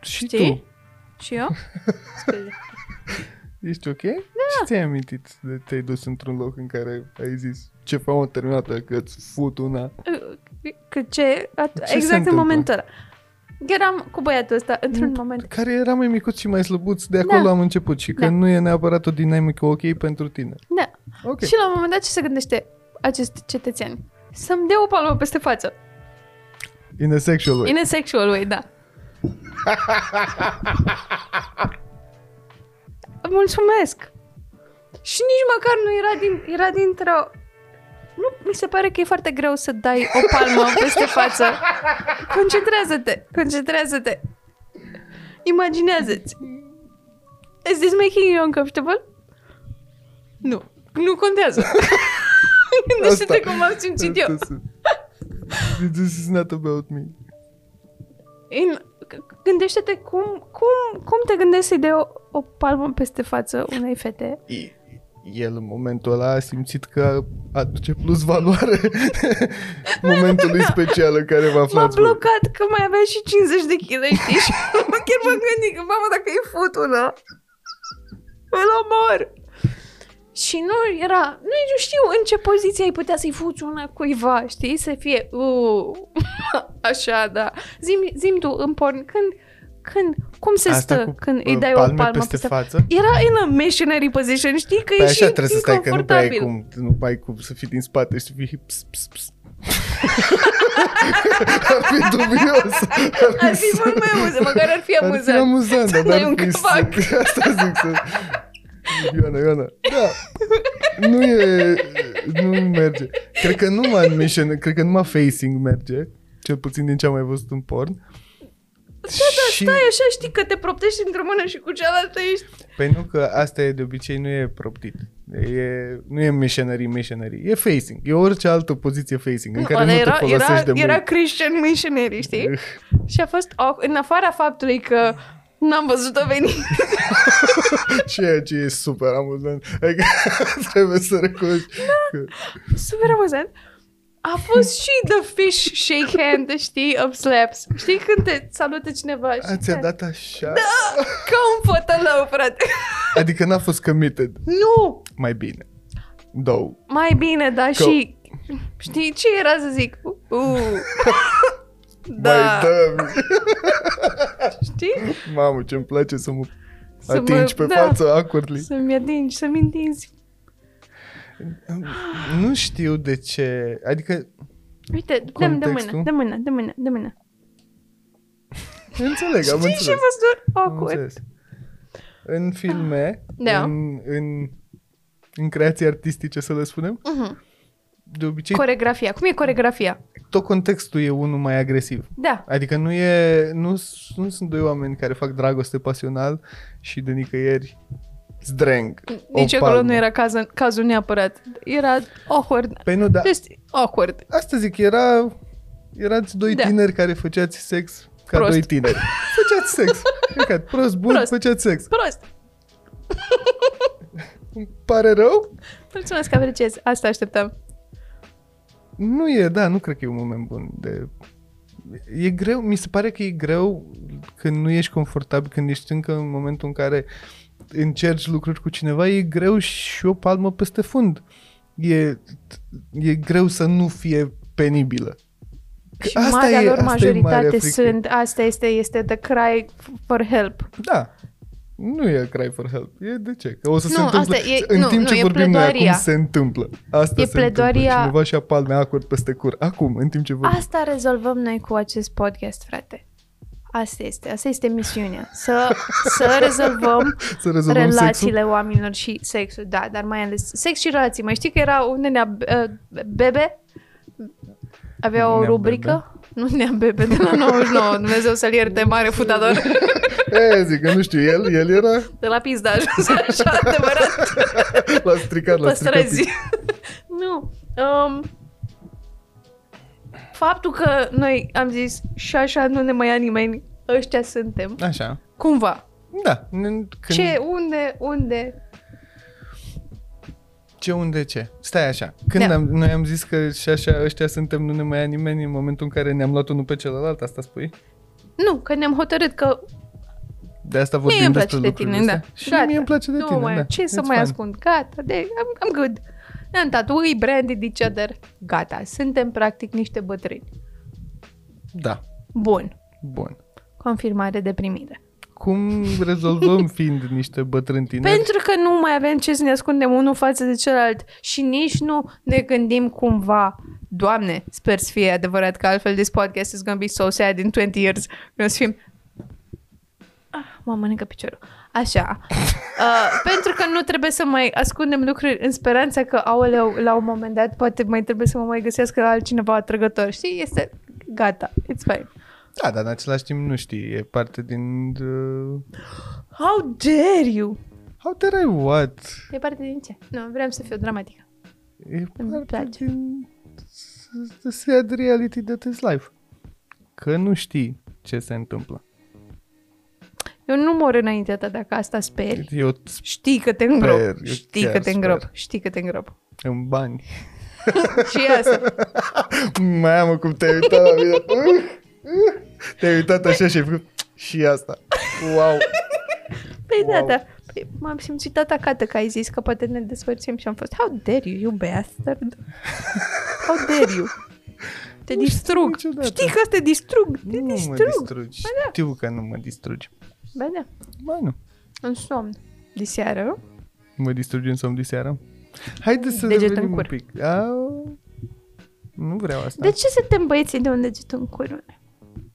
[SPEAKER 1] Și
[SPEAKER 2] Știi?
[SPEAKER 1] tu? <laughs>
[SPEAKER 2] Și eu? Scuze.
[SPEAKER 1] Ești ok? Da. Ce ți-ai amintit de te-ai dus într-un loc în care ai zis ce fama terminată, că îți fut una?
[SPEAKER 2] Că ce? At-
[SPEAKER 1] se
[SPEAKER 2] exact
[SPEAKER 1] întâmplă? Mm,
[SPEAKER 2] în momentul ăla. Eram cu băiatul ăsta într-un moment.
[SPEAKER 1] Care era mai micuț și mai slăbuț, de acolo
[SPEAKER 2] Da.
[SPEAKER 1] am început și că
[SPEAKER 2] Da.
[SPEAKER 1] nu e neapărat o dinamică ok pentru tine.
[SPEAKER 2] Da.
[SPEAKER 1] Ok.
[SPEAKER 2] Și la un moment dat ce se gândește acest cetățean? Să-mi dea o palmă peste față.
[SPEAKER 1] In a sexual way.
[SPEAKER 2] In a sexual way,
[SPEAKER 1] <laughs>
[SPEAKER 2] da. Mulțumesc! Și nici măcar nu era, din, era dintr-o... Nu, mi se pare că e foarte greu să dai o
[SPEAKER 1] <laughs>
[SPEAKER 2] palmă peste față. Concentrează-te, concentrează-te. Imaginează-ți. Is this making you uncomfortable? Nu. Nu
[SPEAKER 1] <laughs>
[SPEAKER 2] contează. Gândește-te
[SPEAKER 1] Asta-
[SPEAKER 2] cum am simțit eu.
[SPEAKER 1] Asta sunt. This is not about me.
[SPEAKER 2] In, gândește-te cum, cum, cum te gândești să-i dai o, o palmă peste față unei fete.
[SPEAKER 1] E- El în momentul ăla a simțit că aduce plus
[SPEAKER 2] <laughs>
[SPEAKER 1] valoare momentului special în care va afla.
[SPEAKER 2] M-a blocat că mai avea și 50 de kg, știi?
[SPEAKER 1] <laughs>
[SPEAKER 2] Și chiar m-am gândit că, mamă, dacă e fut una, îl omor. Și nu era, nici nu știu în ce poziție ai putea să-i fuți una cuiva, știi? Să fie, uh, <laughs> așa, da. Zim, zim tu, în porn, când, când, cum se
[SPEAKER 1] Asta
[SPEAKER 2] stă
[SPEAKER 1] cu,
[SPEAKER 2] când îi
[SPEAKER 1] uh,
[SPEAKER 2] dai o
[SPEAKER 1] palme
[SPEAKER 2] palmă
[SPEAKER 1] peste
[SPEAKER 2] peste,
[SPEAKER 1] față?
[SPEAKER 2] Era in a missionary position, știi? Că
[SPEAKER 1] Păi
[SPEAKER 2] e și
[SPEAKER 1] așa trebuie să stai, că nu prea ai
[SPEAKER 2] inconfortabil.
[SPEAKER 1] cum, nu mai ai cum să fii din spate și să fii ps, ps,
[SPEAKER 2] <laughs>
[SPEAKER 1] ps. ar fi dubios.
[SPEAKER 2] Ar fi mult mai amuzant, măcar ar fi
[SPEAKER 1] Ar fi
[SPEAKER 2] amuzant.
[SPEAKER 1] amuzant,
[SPEAKER 2] Să
[SPEAKER 1] dar
[SPEAKER 2] dai un
[SPEAKER 1] n-ar fi
[SPEAKER 2] căpac.
[SPEAKER 1] să... <laughs> Asta zic să... Ioana, Ioana. Da. Nu e... Nu merge. Cred că numai în mission, cred că numai facing merge. Cel puțin din ce am mai văzut în porn.
[SPEAKER 2] Da, da, stai așa, știi că te proptești într-o mână și cu cealaltă ești...
[SPEAKER 1] Păi nu că asta e de obicei nu e proptit. E, nu e missionary, missionary. E facing. E orice altă poziție facing în care
[SPEAKER 2] ăla
[SPEAKER 1] nu te
[SPEAKER 2] era,
[SPEAKER 1] folosești
[SPEAKER 2] era,
[SPEAKER 1] de mâini.
[SPEAKER 2] era Christian missionary, știi? și a fost, au- în afara faptului că n-am văzut-o veni.
[SPEAKER 1] <laughs>
[SPEAKER 2] <laughs>
[SPEAKER 1] Ceea ce e super amuzant. Adică <laughs> trebuie să recunoști.
[SPEAKER 2] Da.
[SPEAKER 1] Că...
[SPEAKER 2] super amuzant. A fost și the fish shake hand, știi, of slaps. Știi când te salută cineva și
[SPEAKER 1] A, ți-a
[SPEAKER 2] te-
[SPEAKER 1] dat așa?
[SPEAKER 2] Da, ca un fătălău, frate.
[SPEAKER 1] Adică n-a fost committed.
[SPEAKER 2] nu,
[SPEAKER 1] Mai bine. Două.
[SPEAKER 2] mai bine, dar
[SPEAKER 1] Că-
[SPEAKER 2] și... Știi ce era să zic?
[SPEAKER 1] <laughs>
[SPEAKER 2] Uh. da,
[SPEAKER 1] Mai dă
[SPEAKER 2] știi?
[SPEAKER 1] Mamă, ce-mi place să mă
[SPEAKER 2] Să
[SPEAKER 1] să atingi
[SPEAKER 2] mă-
[SPEAKER 1] pe
[SPEAKER 2] da.
[SPEAKER 1] față awkwardly.
[SPEAKER 2] Să-mi atingi, să-mi întinzi.
[SPEAKER 1] Nu știu de ce. Adică,
[SPEAKER 2] Uite, dă de mână,
[SPEAKER 1] Contextul?
[SPEAKER 2] de mână, de mână, de mănă.
[SPEAKER 1] înțeleg, am
[SPEAKER 2] Știi
[SPEAKER 1] înțeles.
[SPEAKER 2] ce a fost doar
[SPEAKER 1] Am
[SPEAKER 2] awkward?
[SPEAKER 1] înțeles. În filme,
[SPEAKER 2] Da.
[SPEAKER 1] în, în, în creații artistice, să le spunem,
[SPEAKER 2] Mhm.
[SPEAKER 1] de obicei
[SPEAKER 2] Coregrafia. Cum e coregrafia?
[SPEAKER 1] tot contextul e unul mai agresiv.
[SPEAKER 2] Da.
[SPEAKER 1] Adică nu e nu, s- nu sunt doi oameni care fac dragoste pasional și de nicăieri zdreng. o
[SPEAKER 2] Nici acolo
[SPEAKER 1] palmă.
[SPEAKER 2] nu era caz, cazul neapărat. Era awkward.
[SPEAKER 1] Păi nu, da.
[SPEAKER 2] Just awkward.
[SPEAKER 1] Asta zic, era, erați doi
[SPEAKER 2] Da.
[SPEAKER 1] da. tineri care făceați sex ca
[SPEAKER 2] Prost.
[SPEAKER 1] doi
[SPEAKER 2] <laughs>
[SPEAKER 1] tineri. Făceați sex. Căcat, prost, bun,
[SPEAKER 2] Prost.
[SPEAKER 1] prost. făceați sex.
[SPEAKER 2] Prost.
[SPEAKER 1] Îmi pare rău?
[SPEAKER 2] Mulțumesc că apreciez. Asta așteptam.
[SPEAKER 1] Nu e, da, nu cred că e un moment bun de... E greu, mi se pare că e greu când nu ești confortabil, când ești încă în momentul în care încerci lucruri cu cineva, e greu și o palmă peste fund. E, e greu să nu fie penibilă. Că
[SPEAKER 2] Și marea lor
[SPEAKER 1] asta marea
[SPEAKER 2] majoritate
[SPEAKER 1] frică.
[SPEAKER 2] sunt. Asta este, este the cry for help.
[SPEAKER 1] Da. Nu e cry for help. E de ce? Că o să se
[SPEAKER 2] Nu,
[SPEAKER 1] întâmple.
[SPEAKER 2] asta e-
[SPEAKER 1] în
[SPEAKER 2] nu,
[SPEAKER 1] timp
[SPEAKER 2] nu,
[SPEAKER 1] ce
[SPEAKER 2] e
[SPEAKER 1] vorbim noi acum
[SPEAKER 2] pledoaria.
[SPEAKER 1] se întâmplă. Asta
[SPEAKER 2] E
[SPEAKER 1] se întâmplă.
[SPEAKER 2] pledoaria.
[SPEAKER 1] Cineva și-a palme acord peste cur. Acum, în timp ce vorbim.
[SPEAKER 2] Asta rezolvăm noi cu acest podcast, frate. Asta este, asta este misiunea. Să,
[SPEAKER 1] <laughs>
[SPEAKER 2] să rezolvăm,
[SPEAKER 1] Să rezolvăm
[SPEAKER 2] relațiile oamenilor și sexul, da, dar mai ales sex și relații. Mai știi că era un nenea uh, bebe? Avea o
[SPEAKER 1] Nenea
[SPEAKER 2] rubrică? Nu nea bebe de la 99, Dumnezeu să-l
[SPEAKER 1] <laughs>
[SPEAKER 2] ierte, mare futator.
[SPEAKER 1] sexul. E, zic că nu știu, el, el era <laughs>
[SPEAKER 2] De la pizda a ajuns <laughs> așa, adevărat.
[SPEAKER 1] l-a stricat, l-a stricat.
[SPEAKER 2] păstrăzi. <laughs> nu. Um, faptul că noi am zis și așa nu ne mai ia nimeni, ăștia suntem,
[SPEAKER 1] Așa.
[SPEAKER 2] cumva.
[SPEAKER 1] Da. N- Când,
[SPEAKER 2] Ce, unde, unde?
[SPEAKER 1] ce, unde, ce? Stai așa. Când
[SPEAKER 2] Da.
[SPEAKER 1] am, noi am zis că și așa ăștia suntem, nu ne mai ia nimeni în momentul în care ne-am luat unul pe celălalt, asta spui?
[SPEAKER 2] Nu, că ne-am hotărât că
[SPEAKER 1] De asta vorbim
[SPEAKER 2] Mie îmi place
[SPEAKER 1] despre
[SPEAKER 2] de
[SPEAKER 1] lucrurile
[SPEAKER 2] tine, da.
[SPEAKER 1] astea. Și
[SPEAKER 2] Gata.
[SPEAKER 1] mie îmi place de
[SPEAKER 2] nu
[SPEAKER 1] tine,
[SPEAKER 2] mai,
[SPEAKER 1] da.
[SPEAKER 2] Ce să
[SPEAKER 1] It's
[SPEAKER 2] mai
[SPEAKER 1] fun.
[SPEAKER 2] ascund? Gata, de, I'm, I'm good. Ne-am tatuat, branded each other. Gata, suntem practic niște bătrâni.
[SPEAKER 1] Da.
[SPEAKER 2] Bun.
[SPEAKER 1] Bun.
[SPEAKER 2] Confirmare de primire.
[SPEAKER 1] Cum
[SPEAKER 2] <laughs>
[SPEAKER 1] rezolvăm fiind niște bătrâni tineri?
[SPEAKER 2] Pentru că nu mai avem ce să ne ascundem unul față de celălalt și nici nu ne gândim cumva Doamne, sper să fie adevărat că altfel this podcast is gonna be so sad in 20 years. Când o să fim... Ah, mă mănâncă piciorul. Așa. <laughs> Uh, pentru că nu trebuie să mai ascundem lucruri în speranța că, aoleu, la un moment dat poate mai trebuie să mă mai găsească altcineva atrăgător. Știi? Este gata. It's fine.
[SPEAKER 1] Da, dar în același timp nu știi, e parte din... Uh,
[SPEAKER 2] How dare you?
[SPEAKER 1] how dare I what?
[SPEAKER 2] E parte din ce? Nu, vreau să fiu dramatică.
[SPEAKER 1] E parte
[SPEAKER 2] place.
[SPEAKER 1] din... The sad reality that is life. Că nu știi ce se întâmplă.
[SPEAKER 2] Eu nu mor înaintea ta dacă asta speri.
[SPEAKER 1] Eu
[SPEAKER 2] Știi că te îngrop.
[SPEAKER 1] Deci, Sper, eu
[SPEAKER 2] știi
[SPEAKER 1] chiar
[SPEAKER 2] că te
[SPEAKER 1] sper.
[SPEAKER 2] îngrop. Știi că te îngrop.
[SPEAKER 1] în bani.
[SPEAKER 2] Și asta.
[SPEAKER 1] Mamă, cum te-ai uitat la
[SPEAKER 2] <laughs>
[SPEAKER 1] mine. Uh,
[SPEAKER 2] <laughs>
[SPEAKER 1] uh. te-ai uitat așa și ai făcut... Și asta. Wow.
[SPEAKER 2] Păi wow.
[SPEAKER 1] Wow.
[SPEAKER 2] da, da. Păi, m-am simțit atacată că ai zis că poate ne despărțim și am fost How dare you, you bastard? How dare you?
[SPEAKER 1] <laughs>
[SPEAKER 2] Te
[SPEAKER 1] Nu știu
[SPEAKER 2] distrug.
[SPEAKER 1] niciodată.
[SPEAKER 2] Știi că te distrug. Te
[SPEAKER 1] Nu mă
[SPEAKER 2] distrug.
[SPEAKER 1] distrugi. Știu că nu mă distrugi.
[SPEAKER 2] Ba da,
[SPEAKER 1] Ba nu.
[SPEAKER 2] în somn. Diseară.
[SPEAKER 1] Da. Mă distrugi în somn de seară. Haide să
[SPEAKER 2] Deget în
[SPEAKER 1] revenim un
[SPEAKER 2] cur. Deci-
[SPEAKER 1] pic. Au... Nu vreau asta.
[SPEAKER 2] De ce se tem băieții de un deget în curul?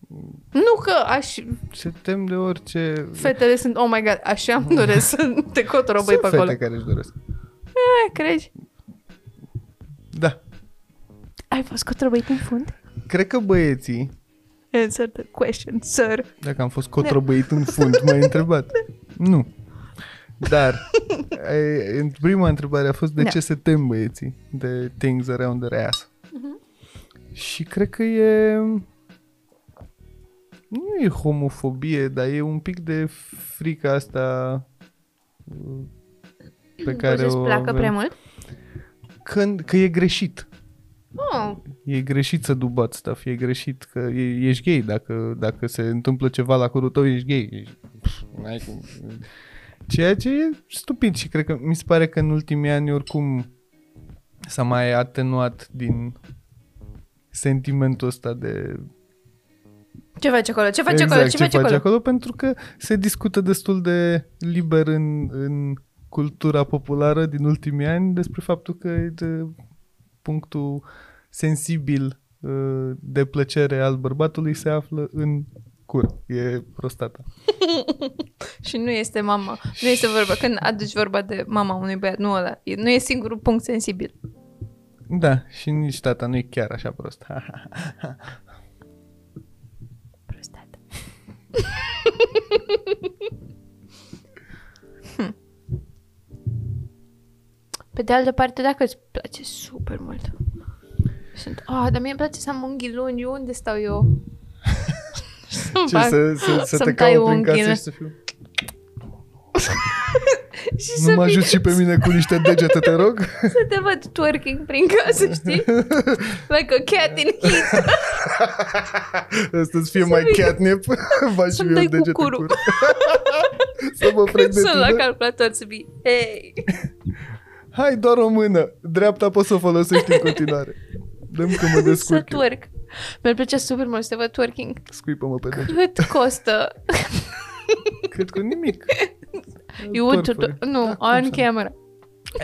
[SPEAKER 1] Mm.
[SPEAKER 2] Nu că aș...
[SPEAKER 1] Se tem de orice...
[SPEAKER 2] Fetele sunt, oh my god, așa îmi doresc să te cotorobăi
[SPEAKER 1] Sunt
[SPEAKER 2] pe acolo.
[SPEAKER 1] fete care își doresc.
[SPEAKER 2] Eh, crezi?
[SPEAKER 1] Da.
[SPEAKER 2] Ai fost cotorobăit în fund?
[SPEAKER 1] Cred că băieții,
[SPEAKER 2] Answer the question, sir.
[SPEAKER 1] dacă am fost cotrobăit în fund,
[SPEAKER 3] <laughs>
[SPEAKER 1] m-ai întrebat. Nu. Dar, e, în prima întrebare a fost de
[SPEAKER 2] Da.
[SPEAKER 1] ce se tem băieții de things around their ass.
[SPEAKER 3] Mhm.
[SPEAKER 1] Și cred că e... Nu e homofobie, dar e un pic de frica asta uh, pe care
[SPEAKER 3] îți
[SPEAKER 1] o
[SPEAKER 3] placă
[SPEAKER 1] avem.
[SPEAKER 3] prea mult?
[SPEAKER 1] Când, că e greșit.
[SPEAKER 3] Oh,
[SPEAKER 1] E greșit să do butt stuff, e greșit că e, ești gay, dacă, dacă se întâmplă ceva la corul tău, ești gay. Ești, pf, n-ai cum. Ceea ce e stupid și cred că mi se pare că în ultimii ani oricum s-a mai atenuat din sentimentul ăsta de
[SPEAKER 3] ce faci acolo? Ce faci acolo? Ce faci
[SPEAKER 1] Exact, faci
[SPEAKER 3] acolo?
[SPEAKER 1] acolo, pentru că se discută destul de liber în, în cultura populară din ultimii ani despre faptul că e de punctul sensibil uh, de plăcere al bărbatului se află în cur. E prostata.
[SPEAKER 2] Și nu este mama. Nu este vorba. Când aduci vorba de mama unui băiat, nu ăla. E- Nu e singurul punct sensibil.
[SPEAKER 1] Da, și nici tata nu e chiar așa prost. <laughs>
[SPEAKER 2] Prostată. Hmm.
[SPEAKER 3] Pe de altă parte, dacă îți place super mult. Sunt, ah, oh, dar mie îmi place să am unghii lungi, unde stau eu?
[SPEAKER 1] <laughs>
[SPEAKER 2] Să-mi
[SPEAKER 1] Ce,
[SPEAKER 2] fac-
[SPEAKER 1] să, să, să te
[SPEAKER 2] să-mi tai
[SPEAKER 1] caut prin casă
[SPEAKER 2] unghiile.
[SPEAKER 1] și să fiu...
[SPEAKER 2] <laughs> Și
[SPEAKER 1] Nu
[SPEAKER 2] <laughs> să,
[SPEAKER 1] mă
[SPEAKER 2] fii-
[SPEAKER 1] ajut și pe mine cu niște degete, te rog?
[SPEAKER 3] <laughs>
[SPEAKER 2] să te văd twerking prin
[SPEAKER 1] <laughs>
[SPEAKER 2] casă, știi? Like a cat in heat.
[SPEAKER 1] Asta-ți fie mai
[SPEAKER 2] vii- <laughs>
[SPEAKER 1] catnip. Ba și
[SPEAKER 2] să-mi
[SPEAKER 1] eu
[SPEAKER 2] dai
[SPEAKER 1] degete
[SPEAKER 2] cu curul.
[SPEAKER 1] cur. <laughs> Să
[SPEAKER 2] <laughs>
[SPEAKER 1] mă
[SPEAKER 2] Când
[SPEAKER 1] preg de
[SPEAKER 2] sunt la
[SPEAKER 1] tine.
[SPEAKER 2] calculator să fii, hey.
[SPEAKER 1] Hai doar o mână. Dreapta poți să o folosești în continuare. Dăm că mă
[SPEAKER 2] <laughs> Să
[SPEAKER 1] descurc eu.
[SPEAKER 2] twerk. Mi-ar plăcea super mult să te văd twerking.
[SPEAKER 1] Scuipă-mă pe degete.
[SPEAKER 2] Cât
[SPEAKER 1] <laughs>
[SPEAKER 2] costă?
[SPEAKER 1] Cred că nimic.
[SPEAKER 2] You would to...
[SPEAKER 1] Torfuri.
[SPEAKER 2] Nu,
[SPEAKER 1] Da, cum
[SPEAKER 2] on
[SPEAKER 1] să-
[SPEAKER 2] camera.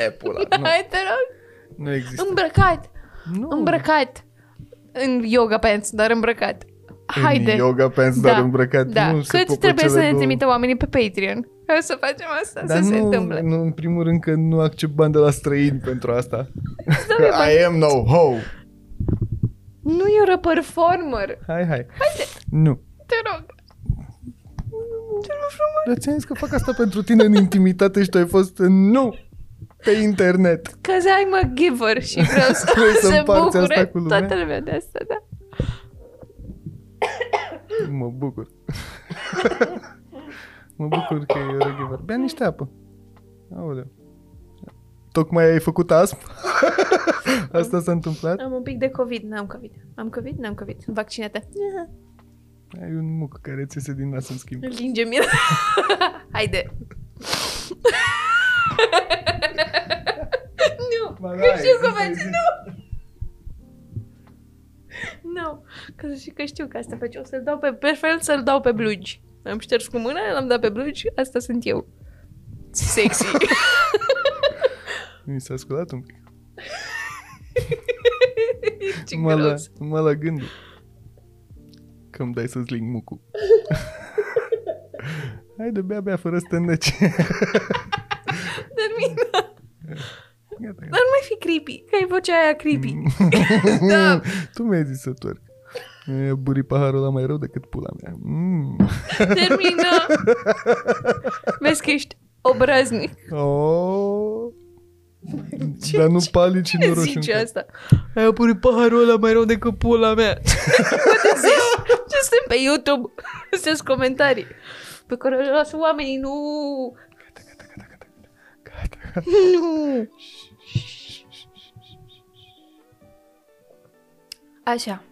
[SPEAKER 1] E, pula. Nu,
[SPEAKER 2] Hai, te rog.
[SPEAKER 1] nu există.
[SPEAKER 2] Îmbrăcat.
[SPEAKER 1] Nu.
[SPEAKER 2] Îmbrăcat. În yoga pants, dar îmbrăcat. Haide.
[SPEAKER 1] În yoga pants,
[SPEAKER 2] Da,
[SPEAKER 1] dar îmbrăcat.
[SPEAKER 2] Da,
[SPEAKER 1] Nu, se
[SPEAKER 2] cât
[SPEAKER 1] pupă
[SPEAKER 2] trebuie
[SPEAKER 1] cele
[SPEAKER 2] să ne
[SPEAKER 1] două.
[SPEAKER 2] trimită oamenii pe Patreon? O să facem asta,
[SPEAKER 1] Dar
[SPEAKER 2] să se
[SPEAKER 1] nu,
[SPEAKER 2] întâmple.
[SPEAKER 1] nu, în primul rând că nu accept bani de la străini pentru asta. că
[SPEAKER 2] dă-mi
[SPEAKER 1] <laughs> I am no ho.
[SPEAKER 2] Nu e o performer,
[SPEAKER 1] Hai, hai. Haide. Nu.
[SPEAKER 2] te rog. Te rog frumos.
[SPEAKER 1] Dar ți-am zis că fac asta pentru tine în intimitate și tu ai fost în nu pe internet.
[SPEAKER 2] Cause I'm a giver și
[SPEAKER 1] <laughs>
[SPEAKER 2] vreau să
[SPEAKER 1] Vrei să
[SPEAKER 2] se
[SPEAKER 1] împarți asta
[SPEAKER 2] bucure
[SPEAKER 1] cu lumea?
[SPEAKER 2] toată lumea de asta, da.
[SPEAKER 1] Mă bucur. mă bucur că e reghivar. Bea niște apă. Aoleu. Tocmai ai făcut asp? Asta s-a întâmplat?
[SPEAKER 2] Am un pic de COVID, n-am COVID. Am COVID, n-am COVID. Sunt vaccinată.
[SPEAKER 1] Ai un muc care ți se din nas în schimb.
[SPEAKER 2] Îl linge mie. <laughs> Haide. <laughs> nu,
[SPEAKER 1] Ba da,
[SPEAKER 2] că știu
[SPEAKER 1] există,
[SPEAKER 2] că faci,
[SPEAKER 1] există.
[SPEAKER 2] nu. Nu, că să știi că știu că asta faci. O să-l dau pe, prefer să-l dau pe blugi. L-am șters cu mâna, l-am dat pe blugi, asta sunt eu.
[SPEAKER 1] <laughs>
[SPEAKER 2] Sexy.
[SPEAKER 1] Mi s-a sculat un pic.
[SPEAKER 2] Ce
[SPEAKER 1] Mă la,
[SPEAKER 2] gros.
[SPEAKER 1] mă la gândul. Că îmi dai să-ți ling mucul. Haide, bea, bea, fără să te înneci.
[SPEAKER 2] Dar mine,
[SPEAKER 1] Gata, gata.
[SPEAKER 2] dar nu mai fi creepy, că ai vocea aia
[SPEAKER 1] Mm.
[SPEAKER 2] creepy.
[SPEAKER 1] da. <laughs> Tu mi-ai zis să twerk. E, Buri paharul la mai rău decât pula mea. Mm.
[SPEAKER 2] Termină.
[SPEAKER 1] <laughs>
[SPEAKER 2] Vezi că ești obraznic.
[SPEAKER 1] Oh. Dar nu palici și nu
[SPEAKER 2] Ce
[SPEAKER 1] roșu. în
[SPEAKER 2] zice
[SPEAKER 1] cap.
[SPEAKER 2] asta? Ai apărut paharul ăla mai rău decât pula <laughs> mea. Poate zici, ce sunt pe YouTube? Sunt comentarii pe care le lasă oamenii. Nu,
[SPEAKER 1] Gata, gata, gata, gata. Gata, gata.
[SPEAKER 2] nu. Așa.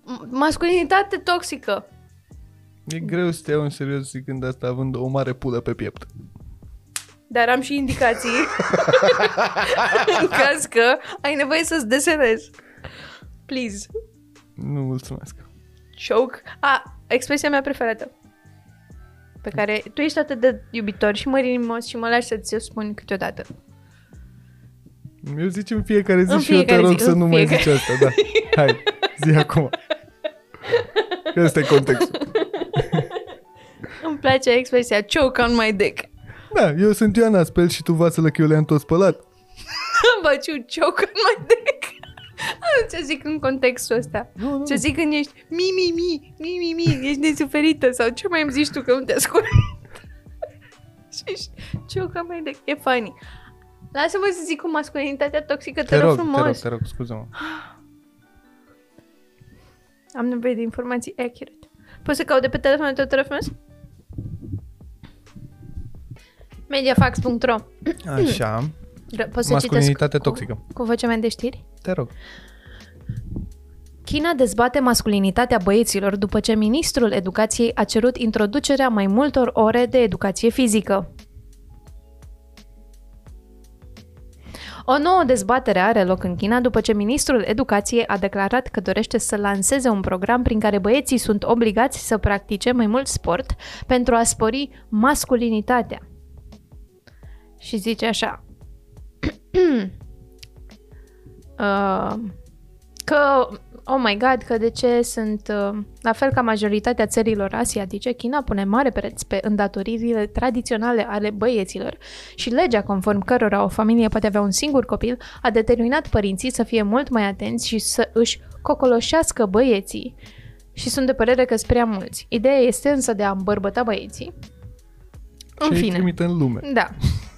[SPEAKER 2] M- Masculinitate toxică.
[SPEAKER 1] E greu să te iau în serios zicând asta având o mare pulă pe piept.
[SPEAKER 2] Dar am și <laughs> indicații în caz că ai nevoie să-ți desenezi. Please.
[SPEAKER 1] Nu mulțumesc.
[SPEAKER 2] Choke. A, expresia mea preferată. Pe care tu ești atât de iubitor și mărinimos și mă lași să ți-o spun câteodată.
[SPEAKER 1] Eu zic în fiecare zi
[SPEAKER 2] În
[SPEAKER 1] și fiecare eu te
[SPEAKER 2] fiecare
[SPEAKER 1] rog
[SPEAKER 2] zi,
[SPEAKER 1] să
[SPEAKER 2] în
[SPEAKER 1] nu mai zici
[SPEAKER 2] fiecare-
[SPEAKER 1] asta, da. Hai, zi acum. Că Ăsta e contextul.
[SPEAKER 2] Îmi place expresia choke on my dick. <laughs>
[SPEAKER 1] Da, eu sunt Ioana, spel și tu vaselă că eu le-am tot spălat.
[SPEAKER 2] Îmi faci un choke on my dick. <laughs> Ce zic în contextul ăsta?
[SPEAKER 1] Nu, nu,
[SPEAKER 2] Ce zic când ești mi, mi, mi, mi, mi, mi, ești nesuferită sau ce mai îmi zici tu că nu te ascult? <laughs> și ești cioca mai de... E funny. Lasă-mă să zic cu masculinitatea toxică, te,
[SPEAKER 1] Te rog,
[SPEAKER 2] frumos.
[SPEAKER 1] te rog, te rog, scuză-mă.
[SPEAKER 2] Am nevoie de informații accurate. Poți să caut de pe telefonul tău, te rog frumos? Mediafax.ro
[SPEAKER 1] Așa,
[SPEAKER 2] Ră- Poți să citesc
[SPEAKER 1] masculinitate
[SPEAKER 2] cu-
[SPEAKER 1] toxică.
[SPEAKER 2] cu vocea mea de știri?
[SPEAKER 1] Te rog.
[SPEAKER 4] China dezbate masculinitatea băieților după ce ministrul educației a cerut introducerea mai multor ore de educație fizică. O nouă dezbatere are loc în China după ce ministrul educației a declarat că dorește să lanseze un program prin care băieții sunt obligați să practice mai mult sport pentru a spori masculinitatea.
[SPEAKER 2] Și zice așa. <clears throat> uh, că, oh my god, că de ce sunt, uh, la fel ca majoritatea țărilor asiatice, China pune mare preț pe îndatoririle tradiționale ale băieților și legea conform cărora o familie poate avea un singur copil a determinat părinții să fie mult mai atenți și să își cocoloșească băieții. Și sunt de părere că sunt prea mulți. Ideea este însă de a îmbărbăta băieții. În
[SPEAKER 1] Și îi
[SPEAKER 2] fine.
[SPEAKER 1] trimite în lume.
[SPEAKER 2] Da.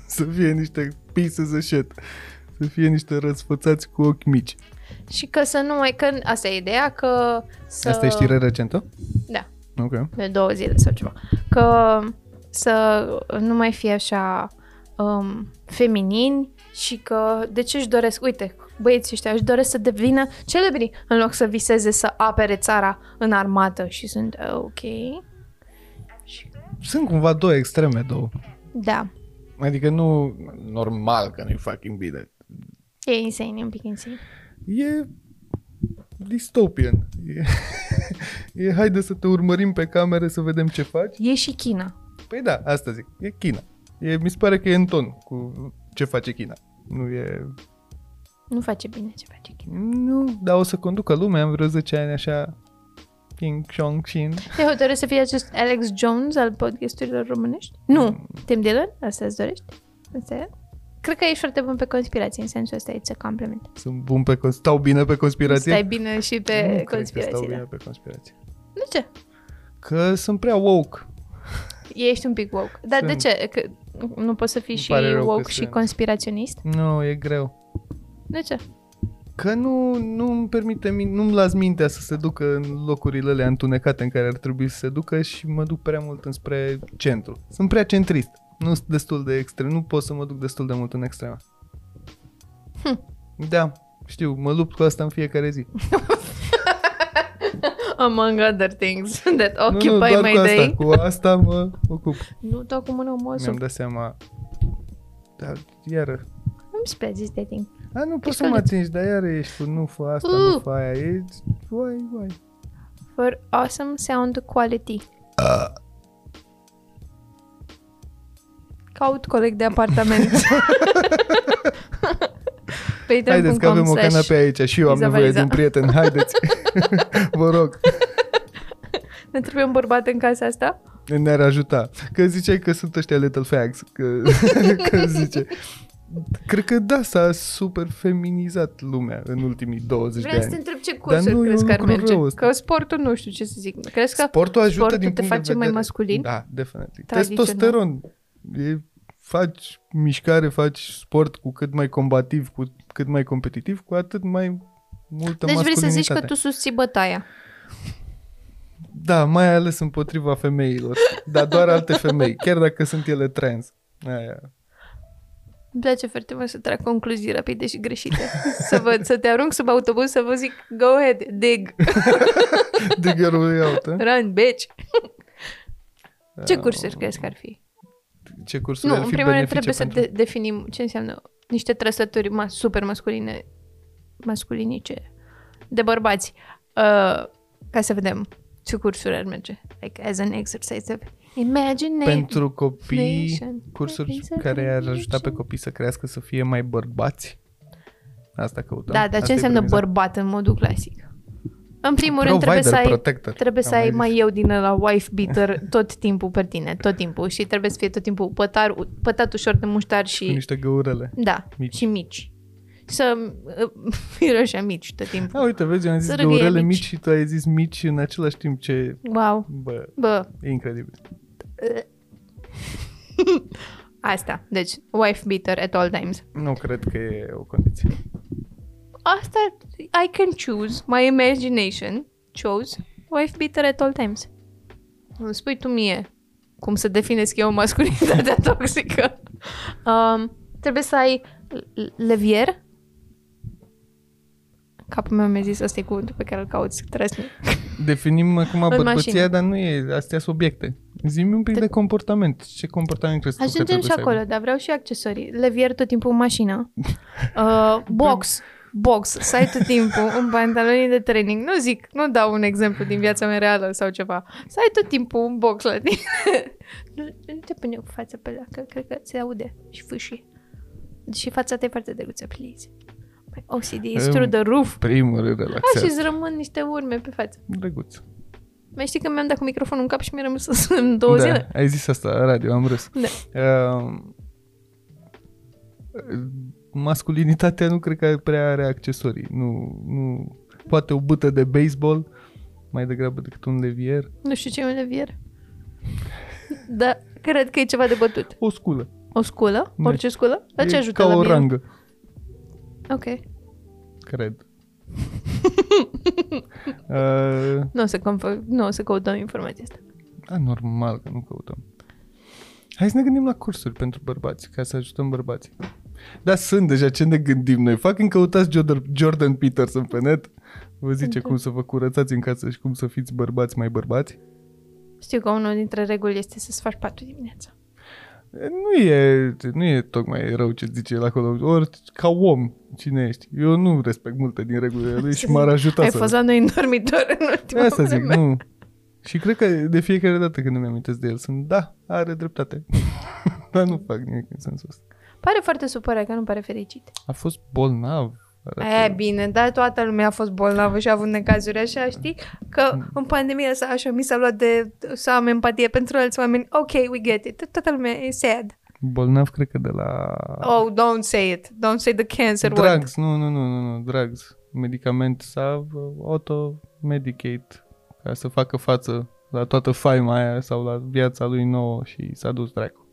[SPEAKER 1] Să fie niște pieces of shit. Să fie niște răsfățați cu ochi mici.
[SPEAKER 2] Și că să nu mai... Că asta e ideea, că să...
[SPEAKER 1] Asta e știre recentă?
[SPEAKER 2] Da,
[SPEAKER 1] Ok.
[SPEAKER 2] de două zile sau ceva. Că să nu mai fie așa um, feminini și că de ce își doresc... Uite, băieții ăștia își doresc să devină celebri în loc să viseze să apere țara în armată și sunt uh, ok.
[SPEAKER 1] Sunt cumva două extreme, două.
[SPEAKER 2] Da,
[SPEAKER 1] Adică nu normal că nu-i fucking bine.
[SPEAKER 2] e insane, e un pic insane.
[SPEAKER 1] E distopian. E, <laughs> e haide să te urmărim pe camere să vedem ce faci.
[SPEAKER 2] E și China.
[SPEAKER 1] Păi da, asta zic. E China. E, mi se pare că e în ton cu ce face China. Nu e...
[SPEAKER 2] Nu face bine ce face China.
[SPEAKER 1] Nu, dar o să conducă lumea în vreo 10 ani așa... King Chong Chin.
[SPEAKER 2] Te hotărăști să fii acest Alex Jones al podcasturilor românești?
[SPEAKER 1] Mm.
[SPEAKER 2] Nu. Tim Dillon? Asta îți dorești? Asta e? Cred că ești foarte bun pe conspirații, în sensul ăsta it's a compliment.
[SPEAKER 1] Sunt bun pe... cons- Stau bine pe conspirație?
[SPEAKER 2] Stai bine și
[SPEAKER 1] Nu
[SPEAKER 2] pe
[SPEAKER 1] cred că stau
[SPEAKER 2] conspirații, da.
[SPEAKER 1] bine pe conspirație.
[SPEAKER 2] De ce?
[SPEAKER 1] Că sunt prea woke.
[SPEAKER 2] Ești un pic woke. Dar de
[SPEAKER 1] Sunt.
[SPEAKER 2] ce? Că nu poți să fii și
[SPEAKER 1] pare rău că
[SPEAKER 2] woke și
[SPEAKER 1] sunt.
[SPEAKER 2] conspiraționist?
[SPEAKER 1] Nu, e greu.
[SPEAKER 2] De ce?
[SPEAKER 1] Că nu, nu îmi permite, min- nu-mi las mintea să se ducă în locurile alea întunecate în care ar trebui să se ducă și mă duc prea mult înspre centru. Sunt prea centrist. Nu sunt destul de extrem, nu pot să mă duc destul de mult în extrema. Hm. Da, știu, mă lupt cu asta în fiecare zi.
[SPEAKER 2] Among other things <laughs> that
[SPEAKER 1] nu, nu,
[SPEAKER 2] occupy
[SPEAKER 1] doar
[SPEAKER 2] my
[SPEAKER 1] cu
[SPEAKER 2] day.
[SPEAKER 1] asta, cu asta mă ocup.
[SPEAKER 2] Nu dau cu mâna omosul.
[SPEAKER 1] Mi-am dat seama. Da, iară.
[SPEAKER 2] Nu-mi spui zis de timp.
[SPEAKER 1] A, nu poți să mă
[SPEAKER 2] Pișcăliț.
[SPEAKER 1] atingi, dar iară ești cu nu fă asta, nu
[SPEAKER 2] Uh.
[SPEAKER 1] fă aia. E, vai, vai.
[SPEAKER 2] For awesome sound quality. Caut coleg de
[SPEAKER 1] <laughs>
[SPEAKER 2] apartament. Păi, Patreon.com
[SPEAKER 1] Haideți că avem o
[SPEAKER 2] slash-
[SPEAKER 1] canapea aici și eu am
[SPEAKER 2] Iza
[SPEAKER 1] nevoie de
[SPEAKER 2] Valiza.
[SPEAKER 1] un prieten. Haideți. <laughs> Vă rog,
[SPEAKER 2] Ne trebuie un bărbat în casa asta?
[SPEAKER 1] ne-ar ajuta. Că ziceai că sunt ăștia little fags. Că, <laughs> că zice. Cred că da, s-a super feminizat lumea în ultimii 20
[SPEAKER 2] Vreau
[SPEAKER 1] de
[SPEAKER 2] să te
[SPEAKER 1] ani.
[SPEAKER 2] întreb ce
[SPEAKER 1] Deci Dar
[SPEAKER 2] cursuri
[SPEAKER 1] nu e
[SPEAKER 2] crezi
[SPEAKER 1] un
[SPEAKER 2] că ar
[SPEAKER 1] lucru
[SPEAKER 2] merge.
[SPEAKER 1] rău ăsta.
[SPEAKER 2] Că sportul nu știu ce să zic. Crezi că
[SPEAKER 1] Sportul ajută
[SPEAKER 2] sportul
[SPEAKER 1] din
[SPEAKER 2] te
[SPEAKER 1] punct
[SPEAKER 2] face
[SPEAKER 1] de
[SPEAKER 2] mai
[SPEAKER 1] vedere.
[SPEAKER 2] masculin?
[SPEAKER 1] Da, definitiv.
[SPEAKER 2] Tradițional.
[SPEAKER 1] Testosteron. E, faci mișcare, faci sport cu cât mai combativ, cu cât mai competitiv, cu atât mai multă
[SPEAKER 2] Deci vrei să zici
[SPEAKER 1] masculinitate.
[SPEAKER 2] că tu susții bătaia.
[SPEAKER 1] Da, mai ales împotriva femeilor, dar doar alte femei, chiar dacă sunt ele trans. Aia.
[SPEAKER 2] Îmi place foarte mult să trag concluzii rapide și greșite. <laughs> să, vă, să te arunc sub autobuz să
[SPEAKER 1] <laughs>
[SPEAKER 2] vă zic go ahead, dig,
[SPEAKER 1] De girl way out, eh?
[SPEAKER 2] run, bitch.
[SPEAKER 1] Ah.
[SPEAKER 2] Ce cursuri crezi că ar fi?
[SPEAKER 1] Ce cursuri
[SPEAKER 2] Nu,
[SPEAKER 1] ar
[SPEAKER 2] în
[SPEAKER 1] fi
[SPEAKER 2] primul rând
[SPEAKER 1] benefice
[SPEAKER 2] trebuie să
[SPEAKER 1] pentru...
[SPEAKER 2] de- definim ce înseamnă niște trăsături ma- super masculine, masculinice, de bărbați, uh, ca să vedem ce cursuri ar merge. Like, as an exercise of imagination.
[SPEAKER 1] pentru copii,
[SPEAKER 2] Nation.
[SPEAKER 1] cursuri
[SPEAKER 2] Nation.
[SPEAKER 1] care ar ajuta pe copii să crească să fie mai bărbați. Asta căutăm.
[SPEAKER 2] Da, dar
[SPEAKER 1] Asta
[SPEAKER 2] ce
[SPEAKER 1] e exact.
[SPEAKER 2] înseamnă
[SPEAKER 1] premiza.
[SPEAKER 2] bărbat în modul clasic? În primul rând
[SPEAKER 1] Provider,
[SPEAKER 2] trebuie să ai...
[SPEAKER 1] protector.
[SPEAKER 2] Trebuie să
[SPEAKER 1] Am
[SPEAKER 2] ai
[SPEAKER 1] zis.
[SPEAKER 2] mai eu din la wife beater tot timpul pe tine, tot timpul. Și trebuie să fie tot timpul pătar, pătat ușor de muștar și...
[SPEAKER 1] Cu niște găurele.
[SPEAKER 2] Da,
[SPEAKER 1] Mici.
[SPEAKER 2] mici. și mici. Să <laughs> miroși mici tot timpul.
[SPEAKER 1] A, Da, uite, vezi, eu am zis
[SPEAKER 2] Să râgâie
[SPEAKER 1] găurele mici.
[SPEAKER 2] mici.
[SPEAKER 1] mici și tu ai zis mici în același timp ce...
[SPEAKER 2] Wow.
[SPEAKER 1] Bă,
[SPEAKER 2] Bă,
[SPEAKER 1] e incredibil.
[SPEAKER 2] asta. Deci, wife beater at all times.
[SPEAKER 1] Nu cred că e o condiție.
[SPEAKER 2] Asta, I can choose. My imagination chose wife beater at all times. Îmi spui tu mie cum să definesc eu masculinitatea <laughs> toxică. Um, trebuie să ai l- levier. Capul meu mi-a zis asta e cuvântul pe care îl cauți, trust me.
[SPEAKER 1] Definim acum bărbăția,
[SPEAKER 2] mașină.
[SPEAKER 1] dar nu e. Astea sunt obiecte. Zi-mi un pic de comportament. Ce comportament crezi tu că
[SPEAKER 2] Ajungem
[SPEAKER 1] trebuie
[SPEAKER 2] și
[SPEAKER 1] să aibă?
[SPEAKER 2] acolo, dar vreau și accesorii. Levier tot timpul în <laughs> mașină. Uh, box. Box. Să ai tot timpul în pantalonii de training. Nu zic, nu dau un exemplu din viața mea reală sau ceva. Să ai tot timpul un box la tine. nu, nu te pune cu fața pe la, că cred că se aude și fâșii. Și fața ta e foarte drăguță, please. My OCD is
[SPEAKER 1] Em,
[SPEAKER 2] through the roof.
[SPEAKER 1] Primul rând
[SPEAKER 2] Ah, și
[SPEAKER 1] relaxat.
[SPEAKER 2] îți rămân niște urme pe față.
[SPEAKER 1] Drăguț.
[SPEAKER 2] Mai știi că mi-am dat cu microfonul în cap și mi-a rămas să două
[SPEAKER 1] da,
[SPEAKER 2] zile?
[SPEAKER 1] ai zis asta la radio, am râs.
[SPEAKER 2] Da.
[SPEAKER 1] Uh, masculinitatea nu cred că prea are accesorii. Nu, nu, poate o bută de baseball mai degrabă decât un levier.
[SPEAKER 2] Nu știu ce e un levier. Da, cred că e ceva de bătut.
[SPEAKER 1] O sculă.
[SPEAKER 2] O sculă?
[SPEAKER 1] Da.
[SPEAKER 2] Orice sculă? La ce
[SPEAKER 1] E
[SPEAKER 2] ajută
[SPEAKER 1] ca
[SPEAKER 2] la
[SPEAKER 1] o
[SPEAKER 2] mine?
[SPEAKER 1] rangă,
[SPEAKER 2] Ok. <laughs>
[SPEAKER 1] cred. uh,
[SPEAKER 2] Nu o să, conf- nu o să căutăm informația asta.
[SPEAKER 1] a, Da, normal că nu căutăm. Hai să ne gândim la cursuri pentru bărbați, ca să ajutăm bărbații. Da, sunt deja, ce ne gândim noi? Fucking căutați Jordan, Jordan Peterson pe net. Vă zice cum să vă curățați în casă și cum să fiți bărbați mai bărbați.
[SPEAKER 2] Știu că unul dintre reguli este să-ți faci patru dimineața.
[SPEAKER 1] Nu e, nu e tocmai rău ce zice el acolo. Ori ca om, cine ești? Eu nu respect multe din regulile lui și Deci m-ar ajuta
[SPEAKER 2] Ai
[SPEAKER 1] să...
[SPEAKER 2] fost la noi în dormitor în ultima
[SPEAKER 1] Asta zic,
[SPEAKER 2] vreme.
[SPEAKER 1] nu. Și cred că de fiecare dată când îmi amintesc de el sunt, da, are dreptate. <laughs> Dar nu fac nimic în sensul ăsta.
[SPEAKER 2] Pare foarte supărat că nu pare fericit.
[SPEAKER 1] A fost bolnav.
[SPEAKER 2] E bine, dar toată lumea a fost bolnavă și a avut necazuri așa, știi? Că
[SPEAKER 1] Mm.
[SPEAKER 2] în pandemie s-a așa, mi s-a luat de... să am empatie pentru alți oameni. Ok, we get it. Toată lumea e sad.
[SPEAKER 1] Bolnav, cred că de la...
[SPEAKER 2] Oh, don't say it. Don't say the cancer word.
[SPEAKER 1] drugs, nu, nu, nu, nu, nu, drugs. Medicament sau auto-medicate ca să facă față la toată faima aia sau la viața lui nouă și s-a dus dracu.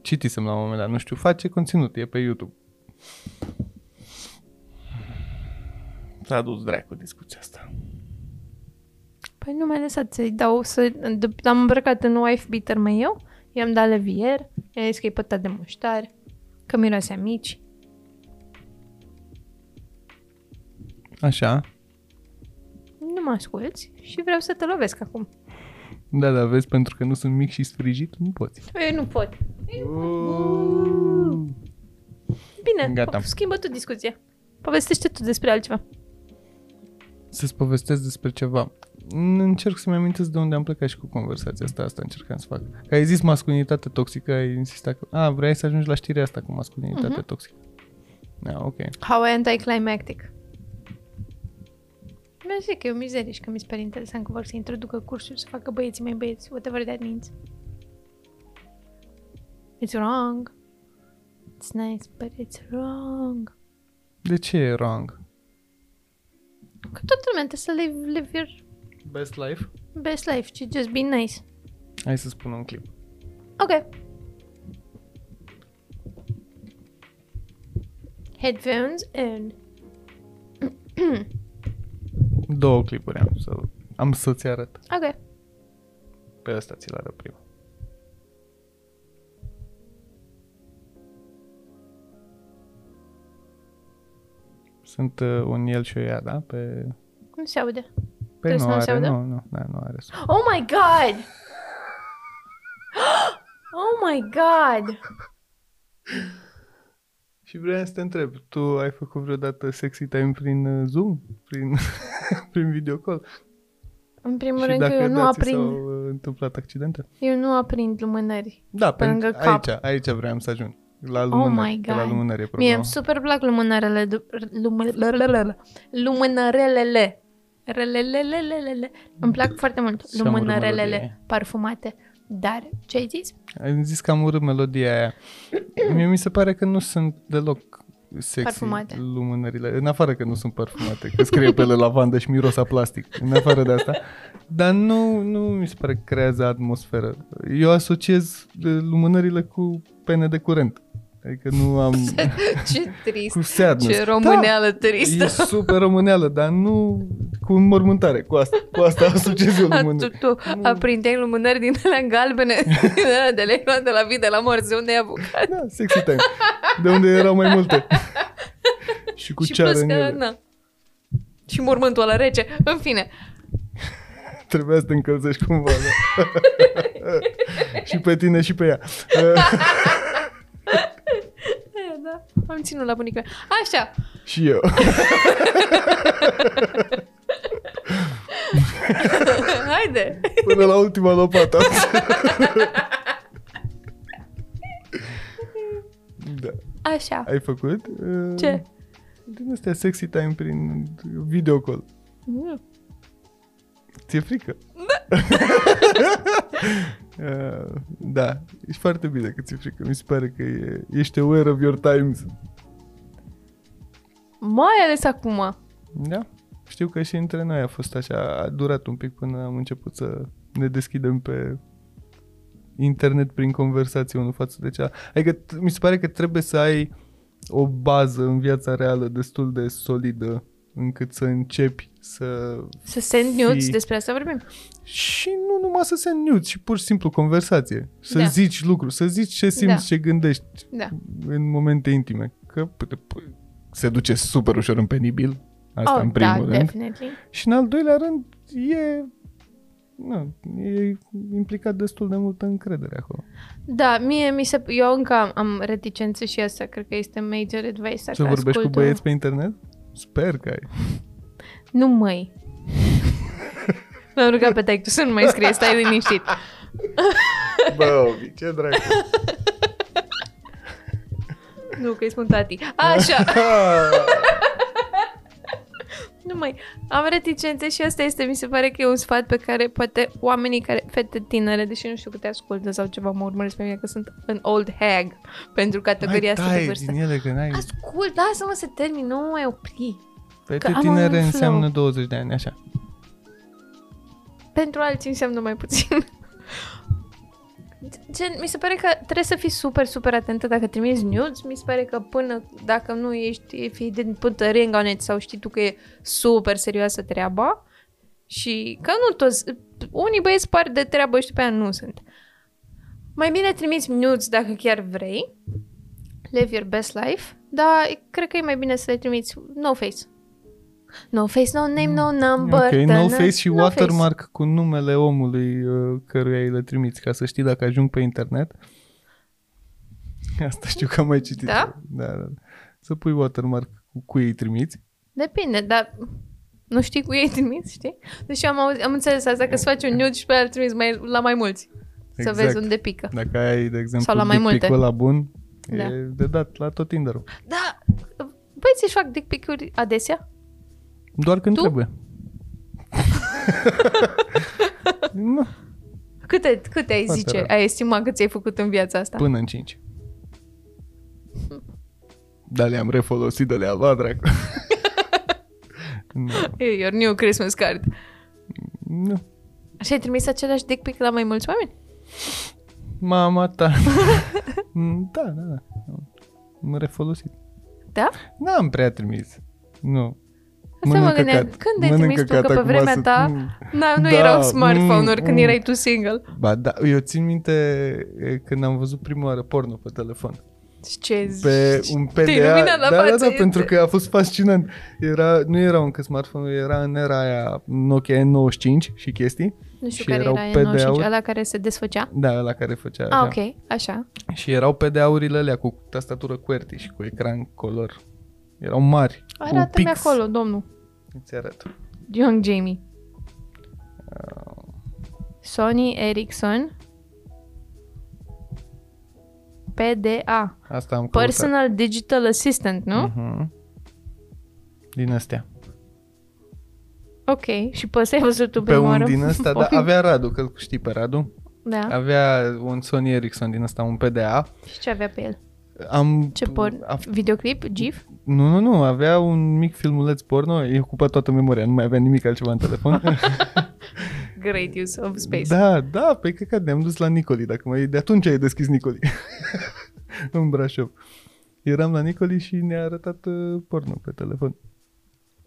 [SPEAKER 1] Citisem la un moment dat, nu știu, face conținut, e pe YouTube. S-a dus dracu discuția asta.
[SPEAKER 2] Păi nu mi-a lăsat să-i dau, să, d- am îmbrăcat în wife beater mai eu, i-am dat levier, i-am zis că e pătat de muștar, că miroase a mici.
[SPEAKER 1] Așa.
[SPEAKER 2] Nu mă asculți și vreau să te lovesc acum.
[SPEAKER 1] Da, da, vezi, pentru că nu sunt mic și sfrigit, nu poți.
[SPEAKER 2] Eu nu pot. Bine,
[SPEAKER 1] Gata.
[SPEAKER 2] Gata. schimbă tu discuția. Povestește tu despre altceva.
[SPEAKER 1] Să-ți povestesc despre ceva. N- Încerc să-mi amintesc de unde am plecat și cu conversația asta, asta încercam să fac. Că ai zis masculinitate toxică, ai insistat că... A, vrei să ajungi la știrea asta cu masculinitate uh-huh. toxică. Da, ok.
[SPEAKER 2] How anticlimactic. Mi-a zis că e o mizerie și că mi se pare interesant că vor să introducă cursuri să facă băieții mai băieți, whatever that means. It's wrong. It's nice, but it's wrong.
[SPEAKER 1] De ce e wrong?
[SPEAKER 2] Că toată lumea trebuie să live, live your
[SPEAKER 1] Best life?
[SPEAKER 2] best life și just be nice.
[SPEAKER 1] Hai să spun un clip.
[SPEAKER 2] Ok. Headphones and... <clears throat>
[SPEAKER 1] Două clipuri am să, am să ți arăt.
[SPEAKER 2] Ok.
[SPEAKER 1] Pe ăsta ți-l arăt primul. Sunt uh, un el și o ea, da? Pe,
[SPEAKER 2] Nu se aude.
[SPEAKER 1] pe
[SPEAKER 2] Trebuie să
[SPEAKER 1] nu
[SPEAKER 2] Păi nu se
[SPEAKER 1] are,
[SPEAKER 2] <gasps> audă?
[SPEAKER 1] nu, nu, da, nu are.
[SPEAKER 2] Oh my god! Oh my god!
[SPEAKER 1] <gasps> Și vreau să te întreb, tu ai făcut vreodată sexy time prin uh, Zoom? Prin, <laughs> prin videocall?
[SPEAKER 2] În primul
[SPEAKER 1] Și
[SPEAKER 2] rând că
[SPEAKER 1] dacă
[SPEAKER 2] eu nu
[SPEAKER 1] da, ți
[SPEAKER 2] aprind,
[SPEAKER 1] s-au uh, întâmplat accidente?
[SPEAKER 2] eu nu aprind lumânări.
[SPEAKER 1] Da,
[SPEAKER 2] Pe
[SPEAKER 1] pentru
[SPEAKER 2] lângă cap.
[SPEAKER 1] aici, aici vreau să ajung. La
[SPEAKER 2] Oh
[SPEAKER 1] lumânări,
[SPEAKER 2] my
[SPEAKER 1] că la
[SPEAKER 2] God.
[SPEAKER 1] lumânări e
[SPEAKER 2] Mie
[SPEAKER 1] problema.
[SPEAKER 2] îmi super plac lumânărele, du- lumă- lălălălă. lumânărelele. Relelelelelele. Îmi plac foarte mult
[SPEAKER 1] Și am urmă melodie.
[SPEAKER 2] lumânărelele parfumate. Dar, ce ai
[SPEAKER 1] <laughs>
[SPEAKER 2] zis?
[SPEAKER 1] Ai zis că am urât melodia aia. Mie mi se pare că nu sunt deloc sexy
[SPEAKER 2] Parfumate.
[SPEAKER 1] lumânările. În afară că nu sunt parfumate, că scrie pe ele lavandă și miros a plastic. În afară de asta. Dar nu, nu mi se pare că creează atmosferă. Eu asociez eh, lumânările cu pene de curent. Adică nu
[SPEAKER 2] <laughs>
[SPEAKER 1] am...
[SPEAKER 2] Ce trist.
[SPEAKER 1] cu sadness.
[SPEAKER 2] Ce româneală
[SPEAKER 1] da, e
[SPEAKER 2] tristă.
[SPEAKER 1] super româneală, dar nu cu înmormântare. Cu asta, cu asta asociez eu
[SPEAKER 2] A, <laughs> tu,
[SPEAKER 1] lumânări.
[SPEAKER 2] tu aprindeai lumânări din alea galbene, <laughs> din alea de lei de la vii, de la morți, de unde ai apucat?
[SPEAKER 1] Da, sexy time. De unde erau mai
[SPEAKER 2] <laughs>
[SPEAKER 1] multe. și cu
[SPEAKER 2] și
[SPEAKER 1] ceară
[SPEAKER 2] plus
[SPEAKER 1] în
[SPEAKER 2] că,
[SPEAKER 1] ele.
[SPEAKER 2] na. Și mormântul ăla rece. În fine,
[SPEAKER 1] Trebuia să te încălzești cumva. Da?
[SPEAKER 2] <laughs>
[SPEAKER 1] și pe tine și pe ea. <laughs> Uh,
[SPEAKER 2] Aia, <laughs> da. Am ținut la bunica. mea. <laughs> Așa.
[SPEAKER 1] și eu.
[SPEAKER 2] Haide.
[SPEAKER 1] Până la ultima lopată. <laughs> da.
[SPEAKER 2] Așa.
[SPEAKER 1] Ai făcut? Uh,
[SPEAKER 2] Ce?
[SPEAKER 1] Din astea sexy time prin videocall. Ți-e frică? <laughs> Da. uh, da, ești foarte bine că ți-e frică. Mi se pare că e, ești aware of your times.
[SPEAKER 2] Mai ales acum.
[SPEAKER 1] Da. Știu că și între noi a fost așa, a durat un pic până am început să ne deschidem pe internet prin conversație unul față de cea. Adică t- mi se pare că trebuie să ai o bază în viața reală destul de solidă încât să începi să...
[SPEAKER 2] Să send nudes,
[SPEAKER 1] Fi-
[SPEAKER 2] despre asta vorbim.
[SPEAKER 1] Și nu numai să se nuți, și pur și simplu conversație. Să
[SPEAKER 2] Da.
[SPEAKER 1] zici lucruri, să zici ce simți,
[SPEAKER 2] Da.
[SPEAKER 1] ce gândești
[SPEAKER 2] Da.
[SPEAKER 1] în momente intime. Că pute- pu- se duce super ușor în penibil. Asta
[SPEAKER 2] oh,
[SPEAKER 1] în primul
[SPEAKER 2] da,
[SPEAKER 1] rând.
[SPEAKER 2] definitely.
[SPEAKER 1] Și în al doilea rând, e, nu, e implicat destul de multă încredere acolo.
[SPEAKER 2] Da, mie mi se... Eu încă am, am reticențe și asta, cred că este major advice.
[SPEAKER 1] Să
[SPEAKER 2] dacă
[SPEAKER 1] vorbești cu
[SPEAKER 2] ascult
[SPEAKER 1] băieți pe internet? Sper că ai.
[SPEAKER 2] un- Nu
[SPEAKER 1] <laughs>
[SPEAKER 2] măi. M-am rugat pe taic, tu să nu mai scrie, stai liniștit.
[SPEAKER 1] Bă, ce dracu.
[SPEAKER 2] Nu, că îi spun tati.
[SPEAKER 1] <laughs>
[SPEAKER 2] Așa. Nu mai. Am reticențe și asta este, mi se pare că e un sfat pe care poate oamenii care, fete tinere, deși nu știu câte ascultă sau ceva, mă urmăresc pe mine că sunt în old hag pentru categoria asta de vârstă.
[SPEAKER 1] din ele că n-ai.
[SPEAKER 2] Ascult, lasă-mă să termin, nu mă mai opri.
[SPEAKER 1] Fete
[SPEAKER 2] că am
[SPEAKER 1] tinere
[SPEAKER 2] un flow.
[SPEAKER 1] înseamnă 20 de ani, așa.
[SPEAKER 2] Pentru alții înseamnă mai puțin. <laughs> Gen, mi se pare că trebuie să fii super, super atentă dacă trimiți nudes. Mi se pare că până dacă nu ești, fii din pântă ring on it sau știi tu că e super serioasă treaba și că nu toți, unii băieți par de treabă și pe aia nu sunt. Mai bine trimiți nudes dacă chiar vrei. Live your best life. Dar cred că e mai bine să le trimiți no face. No face, no name, no number.
[SPEAKER 1] Mm. ok, no
[SPEAKER 2] da-na,
[SPEAKER 1] face și
[SPEAKER 2] no face.
[SPEAKER 1] watermark cu numele omului uh, căruia îi le trimiți, ca să știi dacă ajung pe internet. Asta știu că am mai citit.
[SPEAKER 2] Da?
[SPEAKER 1] Da, da. Să pui watermark cu cui îi trimiți.
[SPEAKER 2] Depinde, dar nu știi cu ei <laughs> trimis, știi? Deci eu am, auzit, am înțeles asta, că să faci un nude și pe aia îl trimiți mai, la mai mulți. Exact. Să vezi unde pică.
[SPEAKER 1] Dacă ai, de exemplu,
[SPEAKER 2] Sau la mai
[SPEAKER 1] dick pic-ul
[SPEAKER 2] multe.
[SPEAKER 1] ăla bun,
[SPEAKER 2] Da.
[SPEAKER 1] e de dat la tot tinder
[SPEAKER 2] Da, băieții își fac dick pic-uri adesea?
[SPEAKER 1] Doar când
[SPEAKER 2] Tu? <laughs>
[SPEAKER 1] trebuie. nu,
[SPEAKER 2] Da. Câte, câte ai
[SPEAKER 1] Foarte
[SPEAKER 2] zice,
[SPEAKER 1] rar.
[SPEAKER 2] ai estimat că ți-ai făcut în viața asta?
[SPEAKER 1] până în 5. Da, le-am refolosit, de le-am luat,
[SPEAKER 2] <laughs>
[SPEAKER 1] dracu. nu,
[SPEAKER 2] Hey, your new Christmas card.
[SPEAKER 1] nu.
[SPEAKER 2] Și ai trimis același dick pic la mai mulți oameni?
[SPEAKER 1] Mama ta. <laughs> Mm, da, da, da. Am refolosit.
[SPEAKER 2] Da?
[SPEAKER 1] N-am prea trimis. Nu.
[SPEAKER 2] Asta mă gândeam. Când ai
[SPEAKER 1] Mănâncă
[SPEAKER 2] trimis tu? Că
[SPEAKER 1] cat
[SPEAKER 2] pe
[SPEAKER 1] acum
[SPEAKER 2] vremea
[SPEAKER 1] să-
[SPEAKER 2] ta
[SPEAKER 1] Mm.
[SPEAKER 2] na, nu
[SPEAKER 1] Da,
[SPEAKER 2] erau smartphone-uri
[SPEAKER 1] mm,
[SPEAKER 2] când
[SPEAKER 1] mm.
[SPEAKER 2] erai tu single.
[SPEAKER 1] Ba da, eu țin minte e, când am văzut prima oară porno pe telefon.
[SPEAKER 2] Deci
[SPEAKER 5] Ce
[SPEAKER 1] pe un PDA.
[SPEAKER 5] Te ilumina la
[SPEAKER 1] da, da,
[SPEAKER 5] față,
[SPEAKER 1] da,
[SPEAKER 5] este-
[SPEAKER 1] pentru că a fost fascinant. Era, nu era încă smartphone era în era aia Nokia N95 și chestii.
[SPEAKER 5] Nu știu
[SPEAKER 1] și
[SPEAKER 5] care
[SPEAKER 1] erau
[SPEAKER 5] era e 95,
[SPEAKER 1] PDA-uri.
[SPEAKER 5] ăla care se desfăcea.
[SPEAKER 1] Da, la care făcea
[SPEAKER 5] Ah,
[SPEAKER 1] așa.
[SPEAKER 5] ok, așa.
[SPEAKER 1] Și erau PDA-urile alea cu tastatură QWERTY și cu ecran color. Erau mari. cu
[SPEAKER 5] Arată-mi
[SPEAKER 1] pix.
[SPEAKER 5] acolo, domnul.
[SPEAKER 1] Îți arăt.
[SPEAKER 2] Young Jamie.
[SPEAKER 1] Uh.
[SPEAKER 5] Sony Ericsson.
[SPEAKER 2] PDA.
[SPEAKER 1] Asta am căutat.
[SPEAKER 2] Personal Digital Assistant, nu?
[SPEAKER 1] Mhm. Din astea.
[SPEAKER 2] Ok. Și pe ăsta ai văzut tu
[SPEAKER 1] Pe
[SPEAKER 2] prima
[SPEAKER 1] un
[SPEAKER 2] oară?
[SPEAKER 1] din
[SPEAKER 2] <laughs>
[SPEAKER 1] ăsta, da, avea Radu, că îl știi pe Radu.
[SPEAKER 2] Da.
[SPEAKER 1] Avea un Sony Ericsson din ăsta, un PDA.
[SPEAKER 2] Și ce avea pe el?
[SPEAKER 1] Am,
[SPEAKER 2] Ce porn?
[SPEAKER 1] a-
[SPEAKER 2] Videoclip? GIF?
[SPEAKER 1] Nu, nu, nu, avea un mic filmuleț porno, i-a ocupat toată memoria, nu mai avea nimic altceva în telefon.
[SPEAKER 2] <laughs> Great use of space.
[SPEAKER 1] da, da, pe că ne-am dus la Nicoli, dacă mai de atunci ai deschis Nicoli. <laughs> în Brașov. Eram la Nicoli și ne-a arătat uh, porno pe telefon.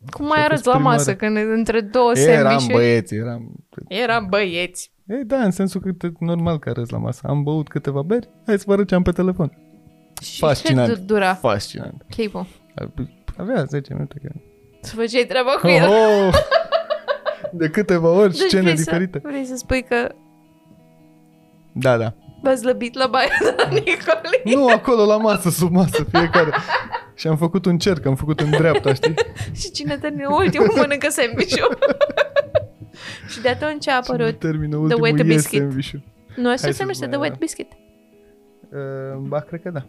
[SPEAKER 2] Cum
[SPEAKER 1] Și
[SPEAKER 2] mai
[SPEAKER 1] a
[SPEAKER 2] arăți
[SPEAKER 1] fost
[SPEAKER 2] la
[SPEAKER 1] prima
[SPEAKER 2] masă
[SPEAKER 1] oară.
[SPEAKER 2] când între două
[SPEAKER 1] eram
[SPEAKER 2] sandwich
[SPEAKER 1] băieți, eram...
[SPEAKER 2] Eram băieți.
[SPEAKER 1] E, da, în sensul că te- normal că arăți la masă. Am băut câteva beri, hai să vă arăt ce am pe telefon.
[SPEAKER 2] Și
[SPEAKER 1] Fascinant.
[SPEAKER 2] ce dura
[SPEAKER 1] Fascinant.
[SPEAKER 2] clipul?
[SPEAKER 1] Avea 10 minute. chiar.
[SPEAKER 2] Să făceai treaba cu <laughs> el. Deci
[SPEAKER 1] Oh, oh! De câteva ori, scene
[SPEAKER 2] vrei
[SPEAKER 1] diferite.
[SPEAKER 2] Să, vrei să spui că
[SPEAKER 1] Da, da.
[SPEAKER 2] v-ați lăbit la baia de la Nicoli?
[SPEAKER 1] Nu, acolo la masă, sub masă, fiecare. Și am făcut un cerc, am făcut în dreapta, știi?
[SPEAKER 2] <laughs> și cine termină
[SPEAKER 1] <laughs>
[SPEAKER 2] ultimul mănâncă sandwich-ul. <laughs> și de atunci a
[SPEAKER 1] Cine
[SPEAKER 2] apărut.
[SPEAKER 1] termină ultimul
[SPEAKER 2] Wet
[SPEAKER 1] The
[SPEAKER 2] Biscuit.
[SPEAKER 1] Biscuit.
[SPEAKER 2] Nu, asta
[SPEAKER 1] Hai
[SPEAKER 2] se
[SPEAKER 1] să-ți
[SPEAKER 2] numește
[SPEAKER 1] mai
[SPEAKER 2] The
[SPEAKER 1] era.
[SPEAKER 2] Wet Biscuit.
[SPEAKER 1] Uh, ba, cred că da.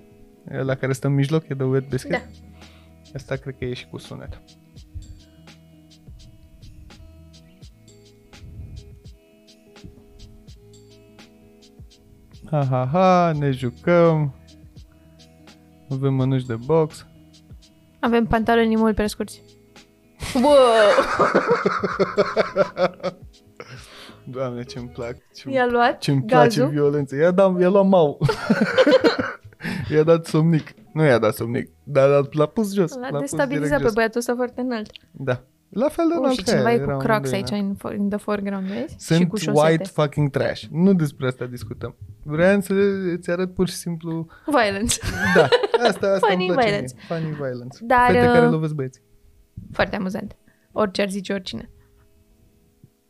[SPEAKER 1] La care stă în mijloc e The Wet Biscuit.
[SPEAKER 2] Da.
[SPEAKER 1] Asta cred că e și cu sunet. Ha, ha, ha, ne jucăm. Avem mănuși de box.
[SPEAKER 5] Avem pantaloni mult prea scurți.
[SPEAKER 2] Wow!
[SPEAKER 1] Doamne, ce-mi plac. Ce-mi
[SPEAKER 2] I-a luat
[SPEAKER 1] Ce-mi place
[SPEAKER 2] gazul.
[SPEAKER 1] violență. I-a, dat, i-a luat
[SPEAKER 2] <laughs>
[SPEAKER 1] mau. i-a dat somnic. Nu i-a dat somnic, dar l-a, l-a pus jos.
[SPEAKER 2] L-a
[SPEAKER 1] pus
[SPEAKER 2] destabilizat
[SPEAKER 1] direct
[SPEAKER 2] pe
[SPEAKER 1] jos.
[SPEAKER 2] băiatul ăsta foarte înalt.
[SPEAKER 1] Da. La fel de
[SPEAKER 2] Oh,
[SPEAKER 1] înalt
[SPEAKER 2] și
[SPEAKER 1] ca ea,
[SPEAKER 2] cineva e cu
[SPEAKER 1] era
[SPEAKER 2] crocs
[SPEAKER 1] unde
[SPEAKER 2] aici
[SPEAKER 1] era.
[SPEAKER 2] în, fo- in the foreground, vezi? și
[SPEAKER 1] Sunt
[SPEAKER 2] cu șosete.
[SPEAKER 1] white fucking trash. Nu despre asta discutăm. Vreau să îți arăt pur și simplu...
[SPEAKER 2] Violence.
[SPEAKER 1] Da, asta, asta
[SPEAKER 2] Funny
[SPEAKER 1] îmi place
[SPEAKER 2] violence.
[SPEAKER 1] Mie. Funny violence.
[SPEAKER 2] Dar,
[SPEAKER 1] Fete
[SPEAKER 2] uh,
[SPEAKER 1] care lovesc băieți.
[SPEAKER 2] <laughs> Foarte amuzant. Orice ar zice oricine.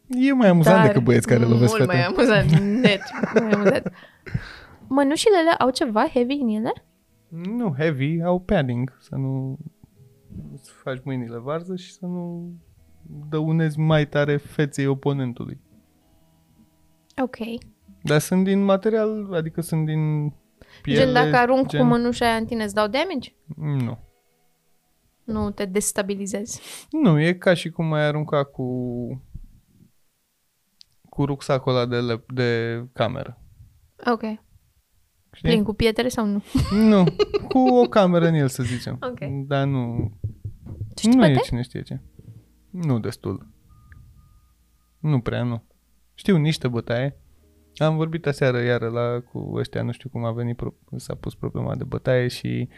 [SPEAKER 1] E mai amuzant
[SPEAKER 2] Dar
[SPEAKER 1] decât băieți care lovesc
[SPEAKER 2] Mult
[SPEAKER 1] fete.
[SPEAKER 2] mai amuzant, net. mai amuzant. Mănușile alea au ceva heavy în ele?
[SPEAKER 1] Nu, heavy, au padding, să nu îți faci mâinile varză și să nu dăunezi mai tare feței oponentului.
[SPEAKER 2] Ok.
[SPEAKER 1] Dar sunt din material, adică sunt din piele.
[SPEAKER 2] gen dacă arunc
[SPEAKER 1] gen-
[SPEAKER 2] cu mănușa aia în tine, îți dau damage?
[SPEAKER 1] Nu.
[SPEAKER 2] Nu te destabilizezi.
[SPEAKER 1] Nu, e ca și cum ai arunca cu cu rucsacul ăla de, lap- de cameră.
[SPEAKER 2] Ok.
[SPEAKER 1] Știi?
[SPEAKER 2] Plin cu pietre sau nu?
[SPEAKER 1] Nu, cu o cameră în el, să zicem.
[SPEAKER 2] Ok.
[SPEAKER 1] Dar nu,
[SPEAKER 2] Știi
[SPEAKER 1] nu e
[SPEAKER 2] bate?
[SPEAKER 1] cine știe ce. Nu destul. Nu prea, nu. Știu niște bătaie. Am vorbit aseară iară la cu ăștia, nu știu cum a venit, pro- s-a pus problema de bătaie și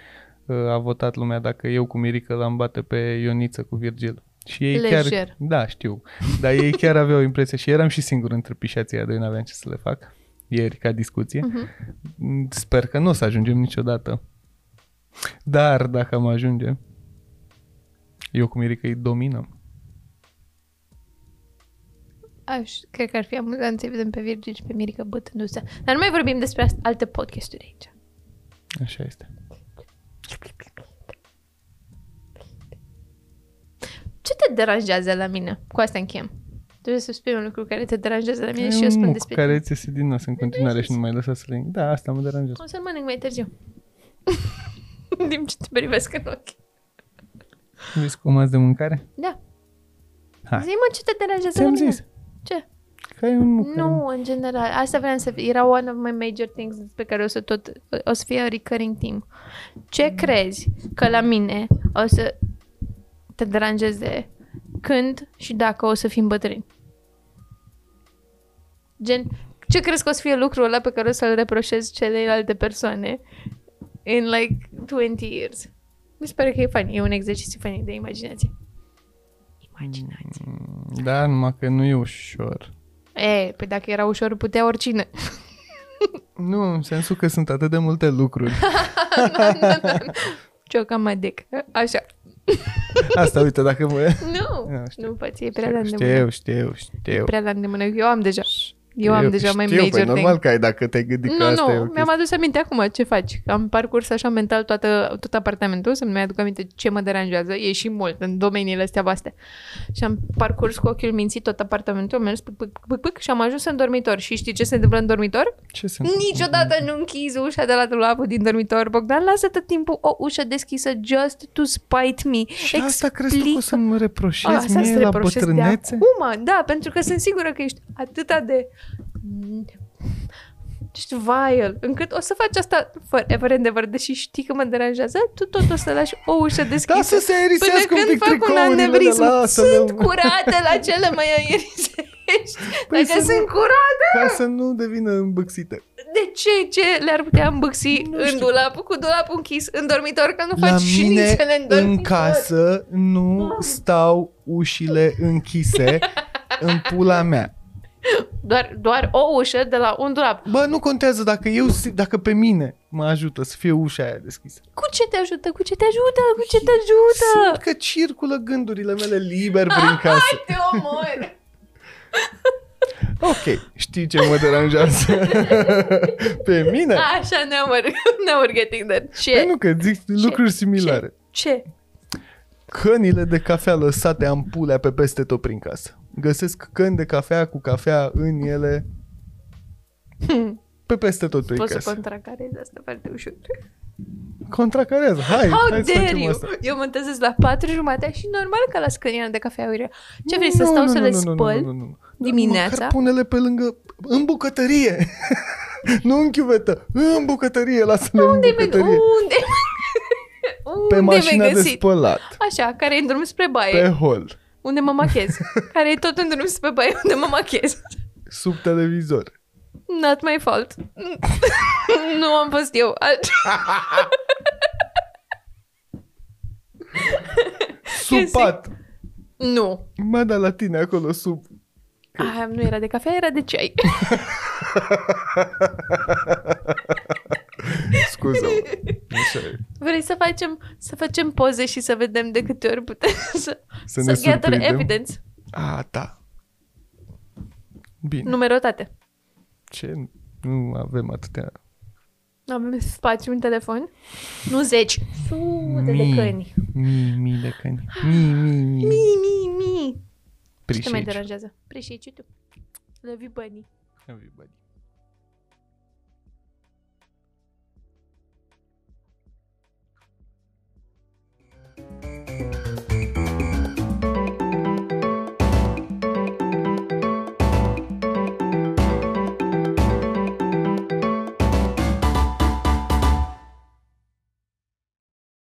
[SPEAKER 1] uh, a votat lumea dacă eu cu Mirica l-am bate pe Ioniță cu Virgil. Și ei
[SPEAKER 2] Lejer.
[SPEAKER 1] chiar... Da, știu. Dar ei chiar aveau impresia și eram și singur între pișații aia, doi n-aveam ce să le fac ieri ca discuție.
[SPEAKER 2] Mhm.
[SPEAKER 1] Mm, Sper că nu o să ajungem niciodată. Dar dacă am ajunge, eu cu Mirica îi dominăm.
[SPEAKER 2] Aș, cred că ar fi amuzant să vedem pe Virgil și pe Mirica bătându-se. Dar nu mai vorbim despre asta- alte podcasturi aici.
[SPEAKER 1] Așa este.
[SPEAKER 2] Ce te deranjează la mine? Cu asta închem. Trebuie să spui un lucru care te deranjează la mine
[SPEAKER 1] E
[SPEAKER 2] și eu
[SPEAKER 1] un
[SPEAKER 2] spun
[SPEAKER 1] muc
[SPEAKER 2] despre
[SPEAKER 1] care ți iese din nas în continuare și nu mai lăsa să le... Da, asta mă deranjează.
[SPEAKER 2] O să-l mănânc mai târziu. <laughs> Din ce te privesc în ochi.
[SPEAKER 1] Vezi cum ați de mâncare?
[SPEAKER 2] Da.
[SPEAKER 1] Hai.
[SPEAKER 2] Zi-mă ce te deranjează la
[SPEAKER 1] Ți-am
[SPEAKER 2] mine.
[SPEAKER 1] zis.
[SPEAKER 2] Ce?
[SPEAKER 1] Că ai un muc care-
[SPEAKER 2] Nu, în general. Asta vreau să... Era one of my major things pe care o să tot... O să fie a recurring theme. Ce crezi că la mine o să te deranjeze când și dacă o să fim bătrâni? Gen, ce crezi că o să fie lucrul ăla pe care o să-l reproșez celelalte persoane in like 20 years? Mi se pare că e fain. E un exercițiu fain de imaginație. Imaginație.
[SPEAKER 1] Da, numai că nu e ușor.
[SPEAKER 2] E, păi dacă era ușor, putea oricine.
[SPEAKER 1] Nu, în sensul că sunt atât de multe lucruri
[SPEAKER 2] <laughs> Ciocam mă dic. Așa.
[SPEAKER 1] Asta, uite, dacă mă...
[SPEAKER 2] Nu,
[SPEAKER 1] Nu, știu,
[SPEAKER 2] nu poți, e prea la îndemână.
[SPEAKER 1] știu, știu, știu.
[SPEAKER 2] E prea la îndemână. Eu am deja. Eu am deja mai
[SPEAKER 1] știu,
[SPEAKER 2] major
[SPEAKER 1] păi,
[SPEAKER 2] thing.
[SPEAKER 1] normal că ai dacă te-ai gândit că
[SPEAKER 2] Nu,
[SPEAKER 1] asta e o
[SPEAKER 2] nu, mi-am
[SPEAKER 1] chestie.
[SPEAKER 2] adus aminte acum ce faci. Am parcurs așa mental toată, tot apartamentul să-mi mai aduc aminte ce mă deranjează. E și mult în domeniile astea vaste. Și am parcurs cu ochiul mințit tot apartamentul, am mers pâc, pâc, pâc, pâc, și am ajuns în dormitor. Și știi ce se întâmplă în dormitor?
[SPEAKER 1] Ce sunt?
[SPEAKER 2] Niciodată nu închizi ușa de la dulapul din dormitor, Bogdan. Lasă tot timpul o ușă deschisă just to spite me.
[SPEAKER 1] Și Da, asta crezi tu că o să-mi reproșezi
[SPEAKER 2] Asta îți
[SPEAKER 1] mie la
[SPEAKER 2] reproșez de
[SPEAKER 1] bătrânețe?
[SPEAKER 2] acum, da, pentru că sunt sigură că ești atâta de ești vile, încât o să faci asta forever and ever, deși știi că mă deranjează, tu tot o să lași o ușă deschisă.
[SPEAKER 1] Da, să se aerisească
[SPEAKER 2] Până
[SPEAKER 1] un
[SPEAKER 2] când
[SPEAKER 1] pic
[SPEAKER 2] fac un
[SPEAKER 1] tricourile de
[SPEAKER 2] anevrism,
[SPEAKER 1] la asta.
[SPEAKER 2] sunt curate la cele
[SPEAKER 1] <laughs>
[SPEAKER 2] mai aerisești.
[SPEAKER 1] Păi
[SPEAKER 2] Dacă
[SPEAKER 1] să nu-
[SPEAKER 2] sunt curate,
[SPEAKER 1] Ca să nu devină îmbâxită.
[SPEAKER 2] de ce, ce le-ar putea îmbâxi
[SPEAKER 1] Nu
[SPEAKER 2] în
[SPEAKER 1] știu.
[SPEAKER 2] dulap, cu dulapul închis, în dormitor, că nu
[SPEAKER 1] La
[SPEAKER 2] faci
[SPEAKER 1] mine
[SPEAKER 2] șnițele în dormitor.
[SPEAKER 1] în casă
[SPEAKER 2] Ah.
[SPEAKER 1] nu stau ușile închise în pula mea.
[SPEAKER 2] Doar, doar o ușă de la un dulap.
[SPEAKER 1] Bă, nu contează dacă eu, si- dacă pe mine mă ajută să fie ușa aia deschisă.
[SPEAKER 2] Cu ce te ajută? Cu ce te ajută? Cu ce te ajută?
[SPEAKER 1] Simt că circulă gândurile mele liber prin casă.
[SPEAKER 2] Te omor!
[SPEAKER 1] Ok, știi ce mă
[SPEAKER 2] <laughs>
[SPEAKER 1] deranjează pe mine?
[SPEAKER 2] Așa, <laughs> never, never getting that.
[SPEAKER 1] Păi
[SPEAKER 2] Ce?
[SPEAKER 1] nu, că zic lucruri similare.
[SPEAKER 2] Ce?
[SPEAKER 1] Cănile de cafea lăsate am pulea pe peste tot prin casă. Găsesc căni de cafea cu cafea în ele pe peste tot prin
[SPEAKER 2] Poți să
[SPEAKER 1] Păi casă.
[SPEAKER 2] contracarezi asta foarte ușor.
[SPEAKER 1] Contracarează, hai,
[SPEAKER 2] How
[SPEAKER 1] hai să
[SPEAKER 2] dare
[SPEAKER 1] facem
[SPEAKER 2] you?
[SPEAKER 1] asta.
[SPEAKER 2] Eu mă trezesc la patru jumate și normal că la scăniană de cafea uite. Ce vrei, să
[SPEAKER 1] Nu,
[SPEAKER 2] stau
[SPEAKER 1] nu,
[SPEAKER 2] să
[SPEAKER 1] nu,
[SPEAKER 2] le
[SPEAKER 1] nu, nu, nu,
[SPEAKER 2] spăl?
[SPEAKER 1] nu, nu, nu. Da,
[SPEAKER 2] dimineața?
[SPEAKER 1] Măcar pune-le pe lângă, în bucătărie. <laughs> nu în chiuvetă, în bucătărie, lasă-le în
[SPEAKER 2] Unde mi
[SPEAKER 1] bucătărie.
[SPEAKER 2] Unde? <laughs>
[SPEAKER 1] Pe
[SPEAKER 2] Unde
[SPEAKER 1] mașina
[SPEAKER 2] mi-ai
[SPEAKER 1] de
[SPEAKER 2] găsit?
[SPEAKER 1] spălat,
[SPEAKER 2] <laughs> Așa, care e în drum spre baie,
[SPEAKER 1] pe hol,
[SPEAKER 2] unde mă
[SPEAKER 1] <laughs>
[SPEAKER 2] machez. Care e tot în drum spre baie, unde mă machez.
[SPEAKER 1] sub televizor.
[SPEAKER 2] Not my fault. nu am fost eu. <laughs> Alt-
[SPEAKER 1] Sub
[SPEAKER 2] Găsi-
[SPEAKER 1] pat.
[SPEAKER 2] Nu.
[SPEAKER 1] Mă, da la tine acolo sub. <laughs>
[SPEAKER 2] Aia nu era de cafea, era de ceai.
[SPEAKER 1] Scuză. Așa e.
[SPEAKER 2] <laughs> Vrei să facem, să facem poze și să vedem de câte ori putem <laughs> să,
[SPEAKER 1] Să ne
[SPEAKER 2] gather
[SPEAKER 1] surprindem.
[SPEAKER 2] evidence.
[SPEAKER 1] A, da. Bine. Nu.
[SPEAKER 2] Numerotate.
[SPEAKER 1] Ce? Nu avem atâtea.
[SPEAKER 2] Avem spațiu în telefon? Nu zeci. Sute de căni.
[SPEAKER 1] Mii, mii de căni. Mii, mii, mii. mii.
[SPEAKER 2] Mii, mii, mii. Ce te mai
[SPEAKER 1] Prișici.
[SPEAKER 2] deranjează? Prișici tu. Love you, bunny.
[SPEAKER 1] Everybody.